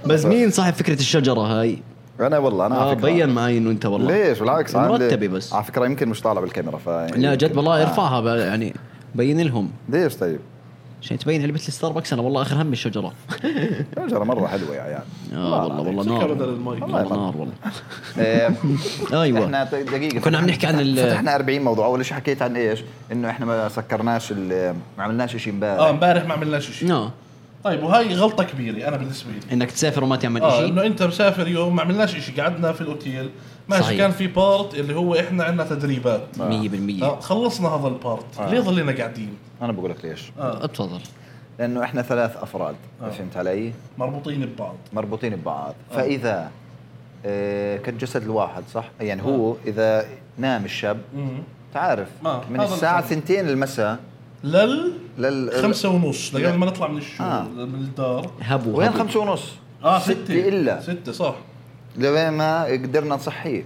C: بس مين صاحب فكره الشجره هاي؟
A: انا والله انا
C: اه
A: على فكرة-
C: بين معي انه انت والله
A: ليش بالعكس عامل-
C: مرتبة بس.
A: على فكره يمكن مش طالع بالكاميرا ف
B: أيوة.
C: لا جد والله
A: آه.
C: ارفعها بقى، يعني بين لهم
A: ليش طيب؟
C: عشان تبين علبة الستاربكس انا والله اخر همي الشجرة
A: شجره مره حلوه يا عيال
C: اه والله والله نار
B: بدل المي.
C: والله نار والله
A: إيه، احنا
C: ايوه
A: دقيقه
C: كنا عم نحكي عن ال
A: فتحنا 40 موضوع اول شيء حكيت عن ايش؟ انه احنا ما سكرناش ال- ما عملناش شيء
C: آه.
B: اه
A: امبارح
B: امبارح ما عملناش شيء
C: نو
B: طيب وهي غلطه كبيره انا بالنسبه لي
C: انك نعم. تسافر وما تعمل
B: اه
C: شيء
B: انه انت مسافر يوم ما عملناش شيء قعدنا في الاوتيل ماشي
C: صحيح.
B: كان في بارت اللي هو احنا عندنا تدريبات
C: 100%
B: آه. خلصنا هذا البارت
A: آه.
B: ليه ضلينا قاعدين؟
A: انا بقول لك ليش؟
B: آه.
C: اتفضل
A: لانه احنا ثلاث افراد
C: آه.
A: فهمت علي؟
B: مربوطين ببعض
A: مربوطين ببعض فاذا آه، كان جسد الواحد صح؟ يعني
C: آه.
A: هو اذا نام الشاب
B: مم.
A: تعرف
B: آه،
A: من
B: هذا
A: الساعه
B: الفرق.
A: 2 المساء
B: لل
A: لل
B: خمسة ونص لقبل ما نطلع من الشغل
A: آه.
B: من الدار
C: هبوا
A: وين
C: هبوا.
A: خمسة ونص؟
C: آه،
B: اه
A: ستة
B: ستة
A: إلا.
B: ستة صح
A: لوين ما قدرنا نصحيه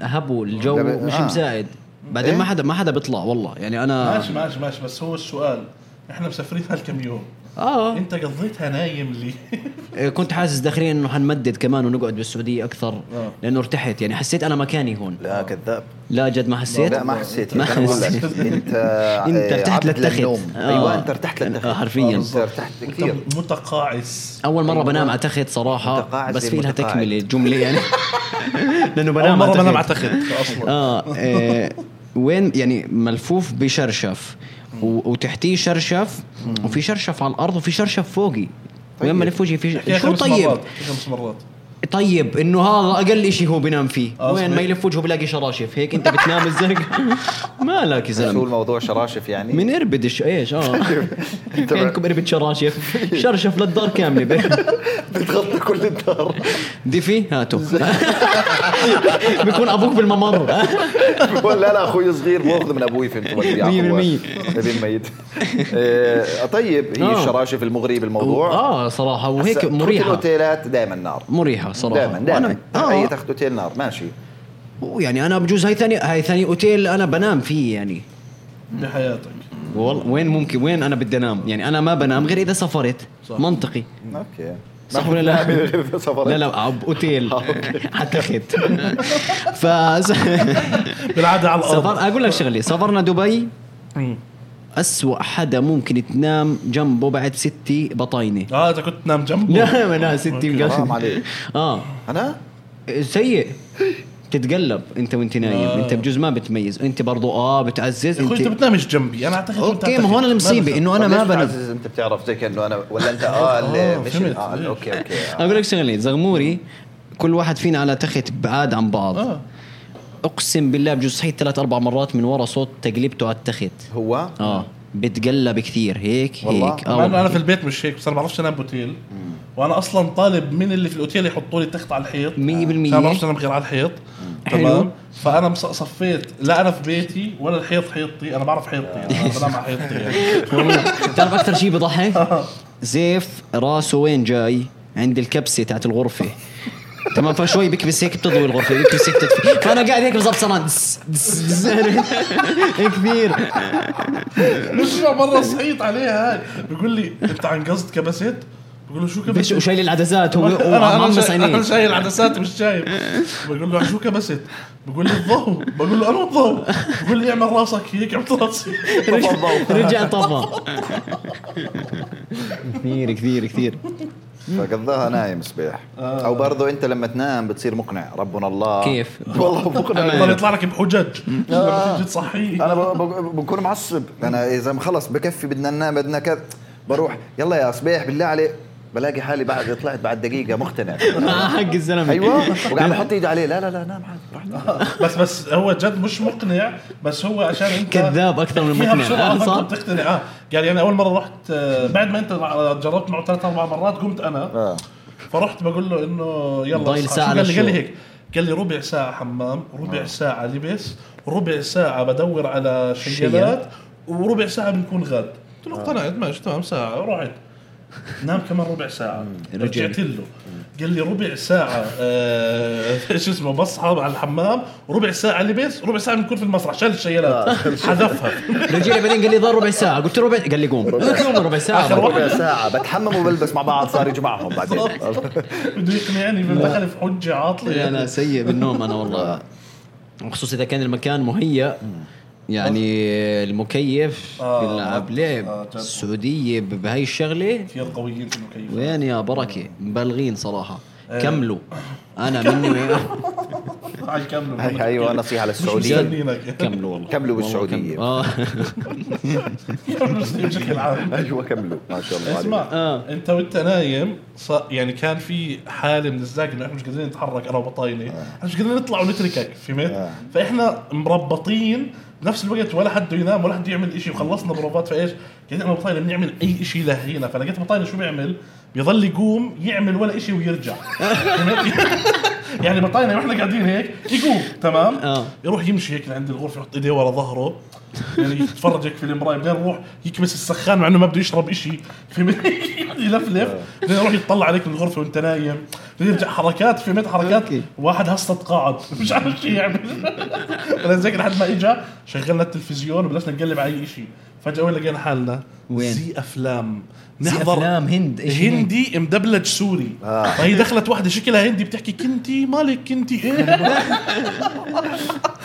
C: هبوا الجو
A: لا ب-
C: مش
A: آه.
C: مساعد بعدين
A: إيه؟
C: ما حدا ما حدا بيطلع والله يعني
A: آه.
C: انا
B: ماشي ماشي ماشي بس هو السؤال احنا مسافرين هالكم يوم
C: اه
B: انت قضيتها نايم ليه؟
C: إيه، كنت حاسس داخليا انه حنمدد كمان ونقعد بالسعوديه اكثر
B: آه.
C: لانه ارتحت يعني حسيت انا مكاني هون
A: لا كذاب
C: لا جد ما حسيت
A: نعم. لا ما حسيت
C: نعم.
A: هيك،
C: ما
A: أنا بقول لك،
C: حسيت
A: انت
C: انت ارتحت
A: عبد
C: للتخت
A: للنوم.
C: آه.
A: ايوه انت ارتحت للتخت
C: آه، حرفياً.
A: آه، بالضبط. ارتحت كثير
B: انت متقاعس
C: اول مره بنام على تخت صراحه
A: متقاعد
C: بس
A: زي
C: في لها
A: متقاعد.
C: تكمله الجمله يعني لانه
B: اول
C: بنام
B: مره بنام على
C: على تخت
B: تخت اصلا
C: اه إيه، وين يعني ملفوف بشرشف و- وتحتيه شرشف وفي شرشف على الارض وفي شرشف فوقي وين ما الف وجهي في
B: حكيها
C: شو
B: خمس
C: طيب
B: مرات حكيها خمس مرات
C: طيب انه هذا اقل شيء هو بينام فيه
B: آه،
C: وين ما
B: صحيح.
C: يلف وجهه بلاقي شراشف هيك انت بتنام الزرق مالك يا
A: شو
C: زلمه
A: الموضوع شراشف يعني
C: من اربد الش- ايش اه في عندكم اربد شراشف شرشف للدار كامله بي-
A: بتغطي كل الدار
C: دفي هاتو بيكون ابوك بالممر
A: ولا لا اخوي صغير باخذ من ابوي فهمت ولدي
C: 100%.
A: ابن ميت آه، طيب هي
C: آه.
A: الشراشف المغري بالموضوع
C: اه صراحه
A: هسا
C: وهيك
A: كل
C: مريحه
A: الاوتيلات دائما نار
C: مريحه صراحه
A: دائما دائما
C: وأنا-
A: اي
C: آه،
A: تخت اوتيل نار ماشي
C: يعني انا بجوز هاي ثاني هاي ثاني اوتيل انا بنام فيه يعني
B: بحياتك
C: والله وين ممكن وين انا بدي انام يعني انا ما بنام غير اذا سافرت
B: صح.
C: منطقي
A: اوكي
C: صح ولا لا؟ لا لا عب اوتيل حتى خيت ف
B: بالعاده على الارض
C: سافر اقول لك شغله سافرنا دبي أسوأ حدا ممكن تنام جنبه بعد ستي بطاينه
B: اه انت كنت تنام جنبه
C: لا لا ستي
B: أوكي.
A: حرام عليك.
C: اه
A: انا
C: سيء تتقلب انت وانت نايم
B: آه.
C: انت بجوز ما بتميز انت برضو اه بتعزز
B: يا اخوي انت
C: انت
B: بتنامش جنبي انا اعتقد كنت
C: اوكي
B: أعتقد.
C: ما هون
B: ماذا
C: المصيبه
B: فيك؟
C: انه انا
A: طب
C: ما
A: ليش
C: بنام
A: بتعزز؟ انت بتعرف زي كانه انا ولا انت اه
B: آه،
A: ال- مش
B: فهمت.
A: اه ال- اوكي اوكي آه.
C: اقول لك شغله زغموري كل واحد فينا على تخت بعاد عن بعض
A: آه.
B: اه
C: اقسم بالله بجوز صحيت ثلاث اربع مرات من ورا صوت تقلبته على التخت
A: هو
C: اه بتقلب كثير هيك
A: والله؟
C: هيك
B: مع انه انا
C: آه
B: في البيت مش هيك بس انا ما بعرفش انام بوتيل وانا اصلا طالب من اللي في الاوتيل يحطوا لي تخت على الحيط
C: مية بالمية.
B: عشان ما بعرفش انام غير على الحيط
C: حلو.
B: تمام فانا مص- صفيت لا انا في بيتي ولا الحيط حيطتي انا بعرف حيطتي انا بنام على حيطتي يعني
C: بتعرف اكثر شيء
B: آه.
C: بضحك زيف راسه وين جاي عند الكبسه تاعت الغرفه تمام فشوي بكبس هيك بتضوي الغرفه بكبس هيك تدفي فانا قاعد هيك بالضبط صران دس- دس- دس. إيه كثير
B: مش مرة صحيت عليها هاي بيقول لي انت عن قصد كبست؟ بقول له شو
C: بش
B: كبست؟
C: وشايل العدسات هو
B: انا انا
C: وعم
B: شايل-
C: عينيه
B: انا شايل عدسات مش شايف بقول له شو كبست؟ بقول لي الضوء بقول له انا الضوء بقول لي اعمل راسك هيك عملت راسي
C: رجع- رجع طفى كثير كثير كثير
A: فقضاها نايم صبيح او برضو انت لما تنام بتصير مقنع ربنا الله
C: كيف؟
A: والله مقنع
B: طب يطلع لك بحجج لما تيجي
C: آه.
B: تصحيه
A: انا ب- ب- بكون معصب انا اذا خلص بكفي بدنا ننام بدنا كذا بروح يلا يا صبيح بالله عليك بلاقي حالي بعد طلعت بعد دقيقه مقتنع
C: مع حق الزلمه
B: أيوة.
A: ايوه وقاعد بحط ايدي عليه لا لا لا نام عادي براحتك
B: بس بس هو جد مش مقنع بس هو عشان انت
C: كذاب أكثر من
B: فيها
C: مقنع. آه،
B: بسرعه
C: صح؟
B: صح بتقتنع اه قال يعني اول مره رحت آه، بعد ما انت جربت معه ثلاث اربع مرات قمت انا
A: آه.
B: فرحت بقول له انه يلا
C: ضايل
B: اصحى.
C: ساعة
B: شو قال لي قال لي
C: للشغل. آه.
B: هيك قال لي ربع ساعه حمام ربع ساعه لبس ربع ساعه بدور على شيلات وربع ساعه بنكون غاد قلت
C: آه.
B: له اقتنعت ماشي تمام ساعه رحت نام كمان ربع ساعة
C: رجع.
B: رجعت له قال لي ربع ساعة آه، شو اسمه بصحى على الحمام ربع ساعة لبس ربع ساعة بنكون في المسرح شال الشيلات
C: آه.
B: حذفها
C: رجع لي بعدين قال لي ضل ربع ساعه قلت له ربع قال لي قوم ربع
B: آخر
C: ساعه
B: واحد.
A: ربع ساعه بتحمم وبلبس مع بعض صار يجمعهم بعدين
B: بده يقنعني دخل في حجة
C: لا،
B: عاطلة
C: انا يعني سيء بالنوم انا والله وخصوصا اذا آه. كان المكان مهيأ يعني المكيف
B: آه،
C: بيلعب
B: جد.
C: لعب
B: آه، جد.
C: السعوديه ب- بهاي الشغله
B: كثير قويين في المكيف
C: وين يا بركه مبالغين صراحه
A: إيه.
C: كملوا انا مني
B: تعال كملوا
A: هاي ايوه نصيحه للسعوديين
B: مستنيينك
C: كملوا والله
A: كملوا
C: والله
A: بالسعودية.
C: كملوا. اه
B: بشكل عام
A: ايوه كملوا ما شاء الله
B: اسمع
A: عليك.
C: آه.
B: انت وانت نايم ص... يعني كان في حاله من الزاق انه احنا مش قادرين نتحرك انا وبطايني احنا مش قادرين نطلع ونتركك فهمت؟
A: آه.
B: فاحنا مربطين بنفس الوقت ولا حد ينام ولا حد يعمل شيء وخلصنا بروفات فايش؟ قاعدين انا وبطايني بنعمل اي شيء لهينا فلقيت بطايني شو بيعمل؟ بيضل يقوم يعمل ولا إشي ويرجع يعني بطلنا واحنا قاعدين هيك يقوم تمام
C: آه.
B: يروح يمشي هيك لعند الغرفه يحط ايديه ورا ظهره يعني يتفرج هيك في المرايه بعدين يروح يكبس السخان مع انه ما بده يشرب شيء في يلفلف بعدين يروح يطلع عليك من الغرفه وانت نايم بعدين يرجع حركات في 100 حركات
C: أوكي.
B: واحد هسه تقاعد مش عارف شو يعمل ولذلك لحد ما اجى شغلنا التلفزيون وبلشنا نقلب على اي شيء فجاه وين لقينا حالنا
D: وين؟
B: زي افلام
D: زي أفلام، هند، إيش هيك.
B: هندي مدبلج سوري
A: آه.
B: فهي دخلت واحدة شكلها هندي بتحكي كنتي مالك كنتي إيه؟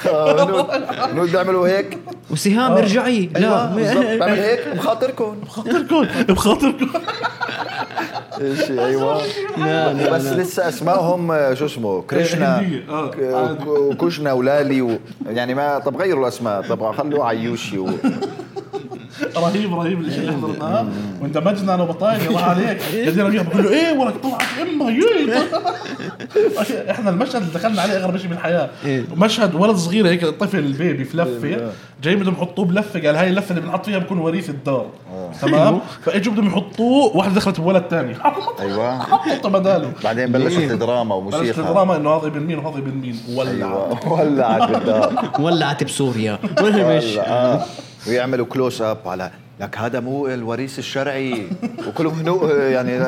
A: آه، نقول بيعملوا هيك
D: وسهام ارجعي
A: أيوة،
C: نعم.
A: بالضبط.
D: لا
A: بعمل هيك بخاطركم
B: بخاطركم بخاطركم
A: إيش، ايوه
C: لا لا
A: بس لسه اسمائهم آه، شو اسمه كريشنا
B: هندية، آه،
A: ك- وكوشنا ولالي و... يعني ما طب غيروا الاسماء طب خلوا عيوشي و...
B: رهيب رهيب الشيء اللي حضرناه واندمجنا انا وبطايق راح عليك قاعدين ابيض بقول له ايه ولك طلعت امها يي احنا المشهد اللي دخلنا عليه اغرب شيء بالحياه
C: إيه.
B: مشهد ولد صغير هيك طفل بيبي في لفه جاي بدهم يحطوه بلفه قال هاي اللفه اللي بنحط فيها بكون وريث الدار تمام فاجوا بدهم يحطوه واحده دخلت بولد ثاني
A: ايوه
B: حطوا بداله
A: بعدين بلشت دراما
B: إيه. بلشت
A: وموسيقى
B: الدراما انه هذا ابن مين وهذا ابن مين
C: أيوة.
B: ولع
A: ايوه ولعت بالدار
C: ولعت بسوريا ولا مش
A: ولع. آه. ويعملوا كلوز اب على لك هذا مو الوريث الشرعي وكلهم هنوء يعني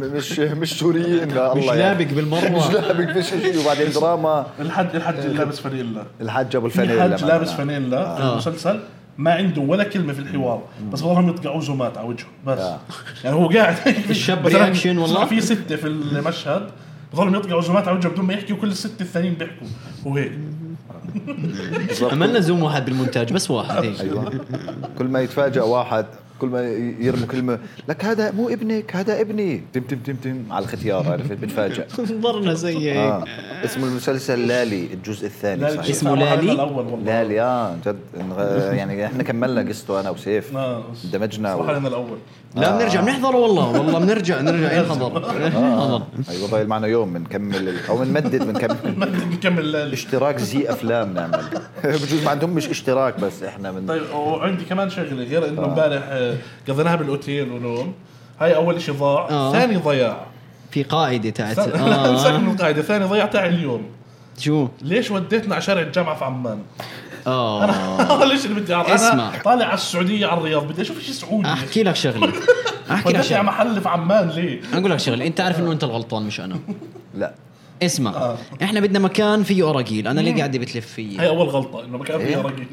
A: مش مش سوريين لا
C: مش
A: الله يعني.
C: لابق
A: مش
C: بالمروه
A: لابق مش شيء وبعدين دراما
B: الحج الحج لابس فانيلا
A: الحج ابو
B: في
A: الفانيلا
B: حد
A: مثلاً.
B: لابس فانيلا في
C: أيوة. آه.
B: المسلسل ما عنده ولا كلمه في الحوار بس والله هم يطقعوا زومات على وجهه بس
A: آه.
B: يعني هو قاعد
C: الشاب
B: مثلاً
C: رياكشن والله.
B: في سته في المشهد بضلهم يطقعوا زومات على وجهه بدون ما يحكي وكل السته الثانيين بيحكوا وهيك
C: عملنا زوم واحد بالمونتاج بس واحد هيك
A: ايوه كل ما يتفاجئ واحد كل ما يرمي كلمه لك هذا مو ابنك هذا ابني تم تم تم تم على الختيار عرفت بتفاجئ
C: ضرنا زي
A: آه.
C: هيك
A: اسم المسلسل لالي الجزء الثاني
B: لا،
A: صحيح
C: اسمه لالي؟
B: الحلقة الأول والله.
A: لالي اه عن جد انغ- يعني احنا كملنا قصته انا وسيف
B: آه.
A: اندمجنا
B: صراحه
A: و...
B: لنا الاول
C: لا بنرجع بنحضر والله والله بنرجع نرجع إيه نحضر نحضر
A: ايوه ضايل معنا يوم بنكمل ال... او بنمدد بنكمل
B: ما بدي نكمل لالي
A: اشتراك زي افلام نعمل بجوز ما عندهم مش اشتراك بس احنا من
B: طيب وعندي كمان شغله غير انه امبارح آه، قضيناها بالاوتيل ونوم هاي اول شيء ضاع
C: آه.
B: ثاني ضياع
C: في قاعده تاعت
B: سكن
C: اه
B: القاعده ثاني ضياع تاعي اليوم
C: شو
B: ليش وديتنا على شارع الجامعه في عمان؟
C: اه
B: انا ليش اللي بدي اعرف؟
C: اسمع.
B: انا طالع على السعوديه على الرياض بدي اشوف شيء سعودي
C: احكي لك شغله احكي
B: وديتني
C: لك
B: على
C: شغله
B: محل في عمان ليه؟
C: أنا اقول لك شغله انت عارف انه انت الغلطان مش انا
A: لا
C: اسمع
B: آه.
C: احنا بدنا مكان فيه اراجيل انا اللي قاعده بتلف
B: هاي
C: فيه
B: اول غلطه انه مكان
A: إيه؟
B: فيه رجل ايش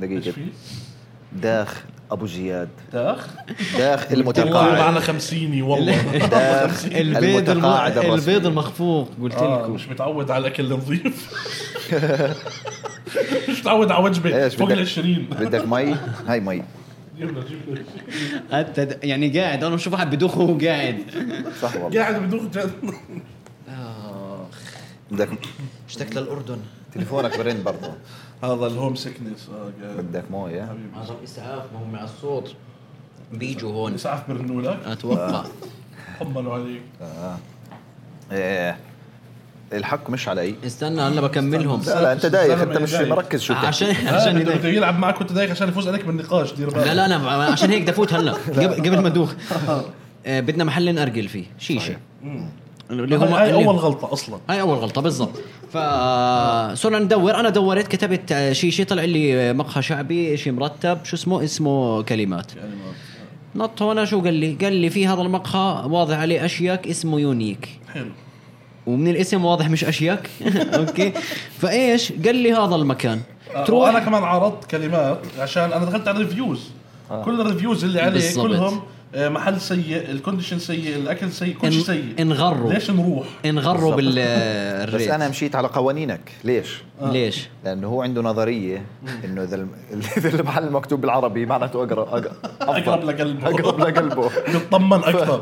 A: دقيقه
B: فيه؟
A: داخ ابو زياد
B: تاخ
A: داخ
B: والله
A: المتقاعد
B: معنا خمسيني والله
A: داخ
C: البيض الم...
A: المتقاعد الرسمي.
C: البيض المخفوق قلت
B: آه،
C: لكم
B: مش متعود على الاكل النظيف مش متعود على وجبه
A: إيش
B: فوق
A: بدك؟
B: ال 20
A: بدك مي هاي مي
C: انت د- يعني قاعد انا بشوف واحد بدوخ وهو قاعد
A: صح والله
B: قاعد بدوخ جد
A: بدك
C: اشتقت للاردن
A: تليفونك برن برضه
B: هذا الهوم سكنس اه قاعد
A: بدك مويه
B: حبيبي
C: عشان اسعاف ما هم مع الصوت بيجوا هون
B: اسعف برنوا لك
C: اتوقع
B: طمنوا عليك
A: إيه، الحق مش علي
C: استنى هلا بكملهم
A: لا لا انت دايخ
B: الزلمة
A: انت مش
B: دايخ.
A: مركز شو بتحكي
C: آه، عشان
B: عشان
C: عشان
B: بده
C: هناك.
B: بده آه، يلعب معك وانت دايخ عشان يفوز عليك بالنقاش دير بالك
C: لا لا انا ب- عشان هيك بدي افوت هلا قبل قبل ما ادوخ آه، بدنا محل نأرجل فيه شيشه اللي هم
B: هاي
C: اللي-
B: اول غلطه اصلا
C: هاي اول غلطه بالضبط فصرنا ندور انا دورت كتبت آه، شيشه طلع لي مقهى شعبي شيء مرتب شو اسمه اسمه كلمات نط هون شو قال لي قال لي في هذا المقهى واضح عليه اشيك اسمه يونيك
B: حلو
C: ومن الاسم واضح مش اشيك اوكي فايش قال لي هذا المكان
B: تروح انا
C: تروح
B: آه، كمان عرضت كلمات عشان انا دخلت على الريفيوز كل الريفيوز اللي عليه
C: آه. بالضبط.
B: كلهم آه، محل سيء الكونديشن سيء الاكل سيء كل شيء
C: إن-
B: سيء
C: انغروا.
B: ليش نروح
C: انغروا
A: بالضبط.
C: بالريت
A: بس انا مشيت على قوانينك ليش؟
C: آه، ليش؟
A: لانه هو عنده نظريه انه اذا الم- اذا المحل مكتوب بالعربي معناته اقرب أق- أفضل.
B: أقرب لقلبه.
A: اقرب لقلبه
B: نطمن اكثر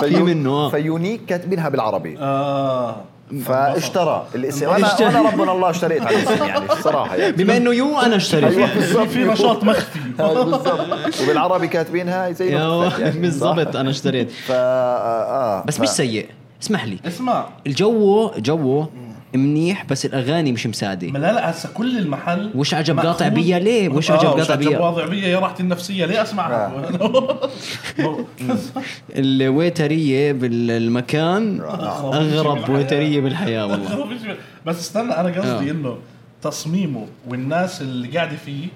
A: فيو-
C: منه، آه.
A: فيونيك كاتبينها بالعربي
B: اه
A: فاشترى الاسم انا
C: اشترى.
A: انا ربنا الله اشتريت على الاسم يعني الصراحه يعني
C: بما انه يو انا اشتريت
A: ايوه بالضبط
B: في نشاط مخفي
A: هاي بالضبط وبالعربي كاتبينها زي
C: يا
A: نكتة
C: و-
A: يعني، صح؟
C: بالضبط انا اشتريت
A: فا آه
C: بس مش سيء اسمح لي
B: اسمع
C: الجو جوه منيح بس الاغاني مش مساعده
B: ما لا لا هسه كل المحل
C: وش عجب
B: مأخوذ-
C: قاطع بيا ليه؟ وش
B: آه،
C: عجب
B: وش
C: قاطع
B: عجب
C: بيا؟
B: واضع بيا يا راحتي النفسيه ليه
A: آه.
B: اسمعها؟
C: الويتريه بالمكان
B: أغرب شيء
C: اغرب
B: بالحياة.
C: ويتريه بالحياه والله
B: بس استنى انا قصدي
C: آه.
B: انه تصميمه والناس اللي قاعده فيه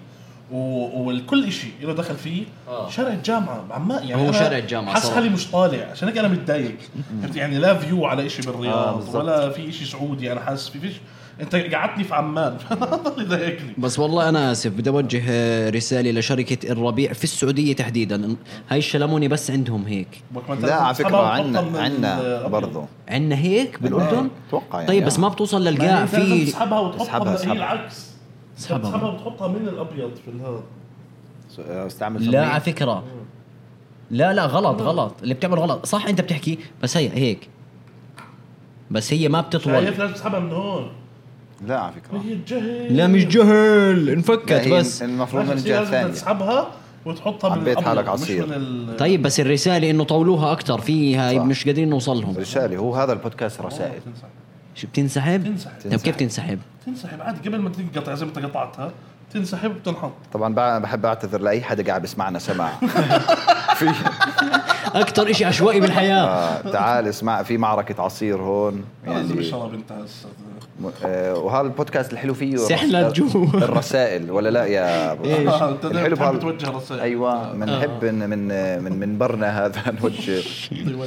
B: و- والكل شيء له دخل فيه شارع الجامعه عما يعني
C: هو
B: أنا
C: شارع الجامعة
B: حاسس
C: صراحة.
B: حالي مش طالع عشان هيك انا متضايق فهمت؟ يعني لا فيو على شيء
C: آه،
B: بالرياض
C: بالضبط.
B: ولا في شيء سعودي انا حاسس في فيش انت قعدتني في عمان اللي ضايقني
C: بس والله انا اسف بدي اوجه آه، رساله لشركه الربيع في السعوديه تحديدا هاي الشلموني بس عندهم هيك
B: وقت ما أنت
A: لا على
B: أصحابها
A: فكره
B: بطل من
A: عنا عنا
B: الأبيض.
A: برضه
C: عندنا هيك بالاردن
A: أتوقع يعني،
C: طيب
A: آه.
C: بس ما بتوصل
B: ما
C: للقاع
B: أنت لازم
C: في
B: تسحبها وتحطها
A: اسحبها،
B: من- هي
A: اسحبها.
B: العكس
C: اسحبها.
B: تسحبها وتحطها من الابيض في الهذا
A: آه، استعمل
C: لا
A: تمرين.
C: على فكره لا لا غلط غلط اللي بتعمل غلط صح انت بتحكي بس هي هيك بس هي ما بتطول
B: شايف يعني لازم تسحبها من هون
A: لا على فكره
B: هي الجهل
C: لا مش جهل
A: لا،
C: انفكت
A: هي
C: بس
A: المفروض من
B: بس
A: الجهه
B: لازم
A: الثانيه
B: تسحبها وتحطها من
A: عبيت
B: الأبيض،
A: حالك
B: مش
A: عصير.
B: من ال-
C: طيب بس الرساله انه طولوها اكثر في هاي
A: صح.
C: مش قادرين نوصل لهم
A: رسالة هو هذا البودكاست
B: آه،
A: رسائل
B: تنسحب.
C: شو بتنسحب؟
B: تنسحب.
C: طيب كيف تنسحب؟
B: تنسحب عادي قبل ما تنقطع زي ما انت قطعتها تنسحب وتنحط
A: طبعا بع- بحب اعتذر لاي حدا قاعد بيسمعنا سمع في
C: اكثر شيء عشوائي بالحياه
A: آه تعال اسمع في معركه عصير هون
B: لازم
A: يعني
B: اشرب انت هسه
A: م- آه وهذا البودكاست الحلو فيه
C: سحلة
A: الرس-
C: الجوع.
A: الرسائل ولا لا يا أبو
C: إيه.
B: إيش؟
A: خالد؟
B: أنت دايماً
A: الحلو
B: بتحب
A: بهال-
B: توجه رسائل.
A: ايوه بنحب إن- من من منبرنا هذا نوجه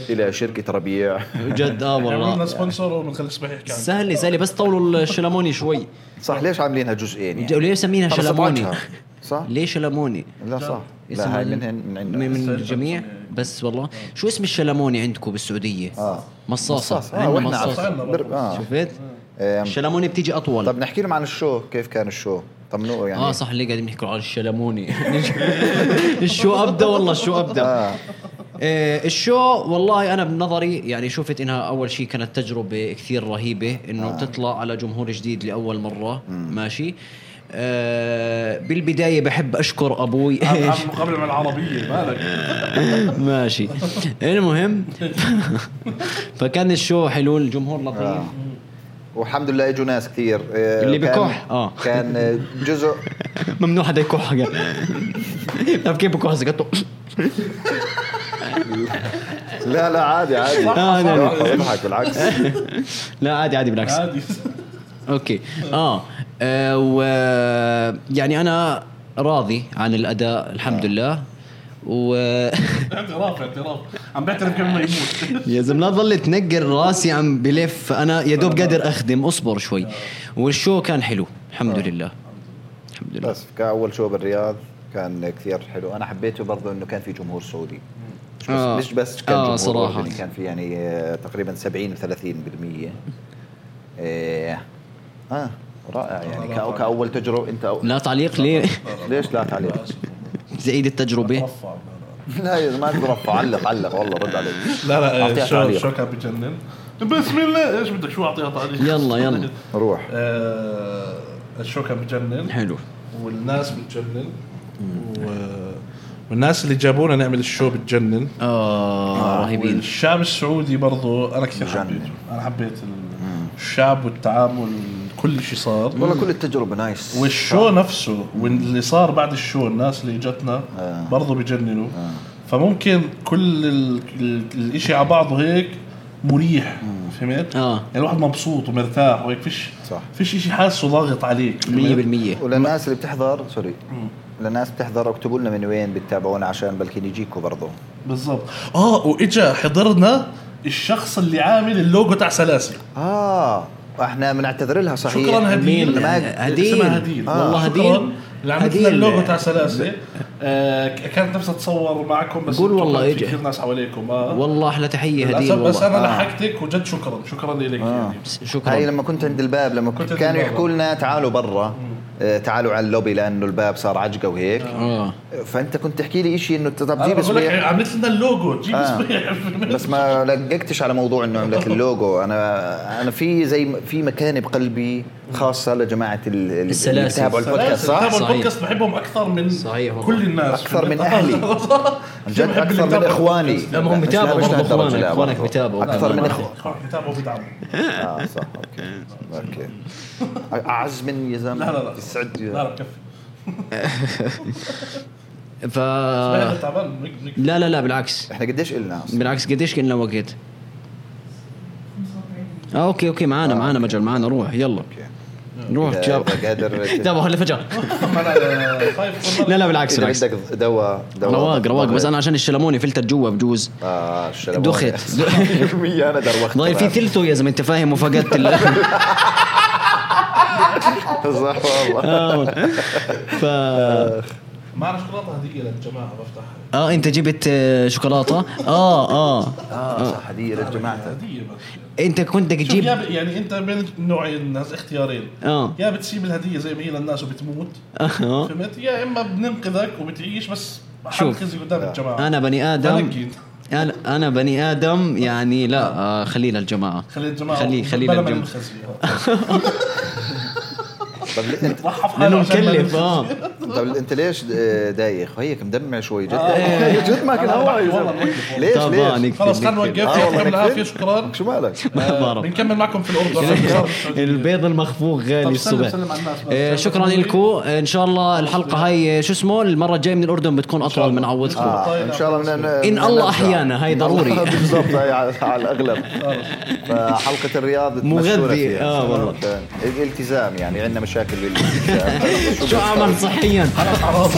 A: الى شركه ربيع
C: جد اه
B: عملنا
C: والله
B: يعني سبونسر وبنخلي صباح يحكي عنه
C: سهله سهله بس طولوا الشلموني شوي
A: صح ليش عاملينها جزئين يعني
C: ليه مسمينها
A: ترى
C: شلموني؟
A: سمعتها. صح
C: ليه شلموني؟
A: لا صح
C: اسمها
A: لا آه. هاي من هن من عندنا
C: من, من
B: السيد
C: الجميع
B: شمسوني.
C: بس والله شو اسم الشلموني عندكم بالسعوديه؟
A: آه.
C: مصاصه
A: مصاصة.
C: عندنا
A: آه واحنا
C: مصاصة.
A: عارفين. بر- آه.
C: شفت؟
A: آم،
C: الشلموني بتيجي اطول
A: طب نحكي لهم عن الشو كيف كان الشو طمنوه يعني
C: اه صح اللي قاعدين نحكوا عن الشلموني الشو ابدا والله الشو
A: آه.
C: ابدا إيه الشو والله انا بنظري يعني شفت انها اول شيء كانت تجربه كثير رهيبه انه آه. تطلع على جمهور جديد لاول مره مم. ماشي آه بالبدايه بحب اشكر ابوي
B: عم- عم مقابله مع العربيه مالك
C: ماشي المهم فكان الشو حلو الجمهور لطيف
A: آه. والحمد لله اجوا ناس كثير آه،
C: اللي
A: كان-
C: بكح، آه.
A: كان آه، جزء
C: ممنوع حدا يكح حاجة طب كيف بكح زكاته
A: لا لا عادي عادي
B: صح،
C: آه، لا،
B: صح.
A: لا، بضحك بالعكس
C: لا عادي عادي بالعكس
B: عادي
C: اوكي اه, آه و يعني انا راضي عن الاداء الحمد لله و
B: اعتراف اعتراف عم بعترف قبل ما يموت
C: يا زلمه لا تضل تنقر راسي عم بلف انا يا دوب قادر اخدم اصبر شوي والشو كان حلو الحمد لله الحمد لله
A: بس كأول شو بالرياض كان كثير حلو انا حبيته برضه انه كان في جمهور سعودي مش بس,
C: آه.
A: مش بس كان
C: آه،
A: جمهور
C: صراحة.
A: أردني، كان في يعني آه، تقريبا 70 و 30% آه. اه رائع يعني كأ- كاول تجربه انت أو...
C: لا تعليق ليه
A: ليش لا تعليق؟
C: زعيد التجربه
B: رفع.
A: لا يا زلمة، ما ترفع علق علق والله رد عليك
B: لا
A: أعطيها
B: لا شو
A: تعليق.
B: شو كان بجنن بسم الله ايش بدك شو اعطيها تعليق
C: يلا، يلا.
A: روح
B: آه، الشو كان بجنن
C: حلو
B: والناس بتجنن و- والناس اللي جابونا نعمل الشو بتجنن آه،
C: اه رهيبين
B: والشعب السعودي برضو انا كثير
A: بجنن.
B: حبيته انا حبيت ال- الشعب والتعامل كل شيء صار
A: والله كل التجربه نايس
B: والشو نفسه واللي صار بعد الشو الناس اللي اجتنا
A: آه.
B: برضو بجننوا فممكن كل ال- ال- الاشي على بعضه هيك مريح فهمت؟
C: آه.
B: يعني الواحد مبسوط ومرتاح وهيك فيش
A: صح.
B: فيش اشي حاسه ضاغط عليك فهمت؟ إيه.
C: 100%
A: وللناس اللي بتحضر سوري للناس بتحضر اكتبوا لنا من وين بتتابعونا عشان بلكي نجيكوا برضه
B: بالضبط اه واجا حضرنا الشخص اللي عامل اللوجو تاع سلاسل آه.
A: اه احنا بنعتذر لها صحيح
B: شكرا هديل
A: مين؟
B: ما-
C: إيه، هديل.
B: اسمها هديل
A: آه.
C: والله
B: شكراً
C: هديل.
B: اللي عملت لنا
C: هديل.
B: اللوجو تاع سلاسل آه ك- كانت نفسها تصور معكم بس
C: قول
B: أنتم
C: والله
B: كان في
C: إجا.
B: كثير ناس حواليكم اه
C: والله احلى تحيه هديل
B: للأسف بس
C: والله
A: آه.
B: انا لحقتك وجد شكرا شكرا لك يعني
A: هاي
C: شكرا
A: لما كنت عند الباب لما كنت
B: كنت عند
A: كانوا
B: الباب.
A: يحكوا لنا تعالوا برا آه، تعالوا على اللوبي لانه الباب صار عجقه وهيك
C: اه
A: فانت كنت تحكي لي شيء انه طب
B: آه. أنا
A: جيب
B: بقول لك يعني
A: صبيح
B: عملت لنا اللوجو جيب
A: آه.
B: صبيح
A: بس ما لققتش على موضوع انه عملت اللوجو انا انا في زي في مكانه بقلبي خاصه لجماعه ال- اللي
C: السلاسل.
A: بيتابعوا البودكاست صح؟
B: سلاسل، تابعوا
C: صحيح.
B: البودكاست بحبهم اكثر من
D: صحيح والله.
B: كل الناس
A: أكثر من
B: بالنقاش.
A: أهلي. عن جد
B: بحب اللي
A: اكثر من
B: يتابعوا
A: اخواني
B: البودكاست.
C: لا، ما هم
A: مش- لا،
C: بيتابعوا
A: مش
C: برضه
A: لهالدرجة، لا،
C: إخوانك، إخوانك
A: برضه.
C: بيتابعوا.
A: اكثر من
C: لا،
A: اخواني
B: بيتابعوا بيتابعوا
A: اه صح اوكي اوكي اعز مني يا زلمه
B: لا لا لا
A: يسعد
B: لا لا كفي
C: ف آه.
B: لا، لا، تعبان نق- نق-
C: لا لا لا بالعكس
A: احنا قديش قلنا أصلاً؟
C: بالعكس قديش كان لنا وقت؟ اه اوكي اوكي معانا معانا مجال معانا روح يلا
A: اوكي
C: روح
A: آه، إذا-
C: جاب
A: إذا قادر
C: جابوا هلا فجاه
B: أنا خايف والله.
C: لا لا بالعكس
A: إذا
C: بالعكس
A: بدك دواء دواء
C: رواق رواق بس انا عشان الشلموني فلتر جوا بجوز
A: اه الشلمون.
C: دخت.
A: مية انا دروخت
C: ضايل في ثلثه يا زلمه انت فاهم وفقدت ال-
A: صح والله
C: ف
B: ما اعرف شغلاتها هديه للجماعه بفتحها
C: اه انت جبت آه، شوكولاته اه اه
A: اه صح هديه لجماعتك
B: هديه بس
C: انت كنت بدك
B: شوف يا
C: تجيب
B: ب- يعني انت بين نوعين الناس اختيارين
C: آه.
B: يا بتسيب الهديه زي ما هي للناس وبتموت
C: آه.
B: فهمت يا اما بننقذك وبتعيش بس
C: شوف.
B: حنخزي قدام الجماعه
C: انا بني ادم
B: فنقي انت.
C: انا انا بني ادم يعني لا آه خليه للجماعه
B: خلي الجماعه
C: خليه خليه
B: بلا ما
C: للجماعه
B: ننخزي
A: طب ليه- انت
B: ضحى في حاله
C: لانه
B: عشان ما
C: مكلف
B: ننخزي.
C: اه
A: طب انت ليش دايخ هيك مدمع شوي جد
B: آه.
A: جد ما كان
B: أنا
A: هوا يا
B: والله
A: زلمة.
B: مكلف
A: ليش
C: طبعا
A: ليش
C: يكفي
B: خلص خلنا
C: يكفي.
B: نوقف طيب، يعطيكم العافيه شكرا
A: شو مالك
C: ما بعرف
B: بنكمل معكم في الاردن
C: البيض المخفوق غالي
B: طب سلم-
C: الصبح
B: سلم على الناس بس.
C: آه، شكرا لكم ان شاء الله الحلقه هاي آه، شو اسمه المره الجايه من الاردن بتكون اطول من عوضكم
B: آه.
A: آه، ان شاء الله بدنا
C: إن الله أحيانا، هاي ضروري.
A: بالضبط هاي على على الاغلب فحلقه الرياض
C: مغذي،
A: تمسونا فيها.
C: آه، والله.
A: الالتزام يعني عندنا مشاكل بالالتزام
C: شو اعمل صحيا
B: خلاص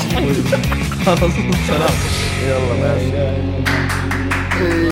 B: سلام
A: يلا ماشي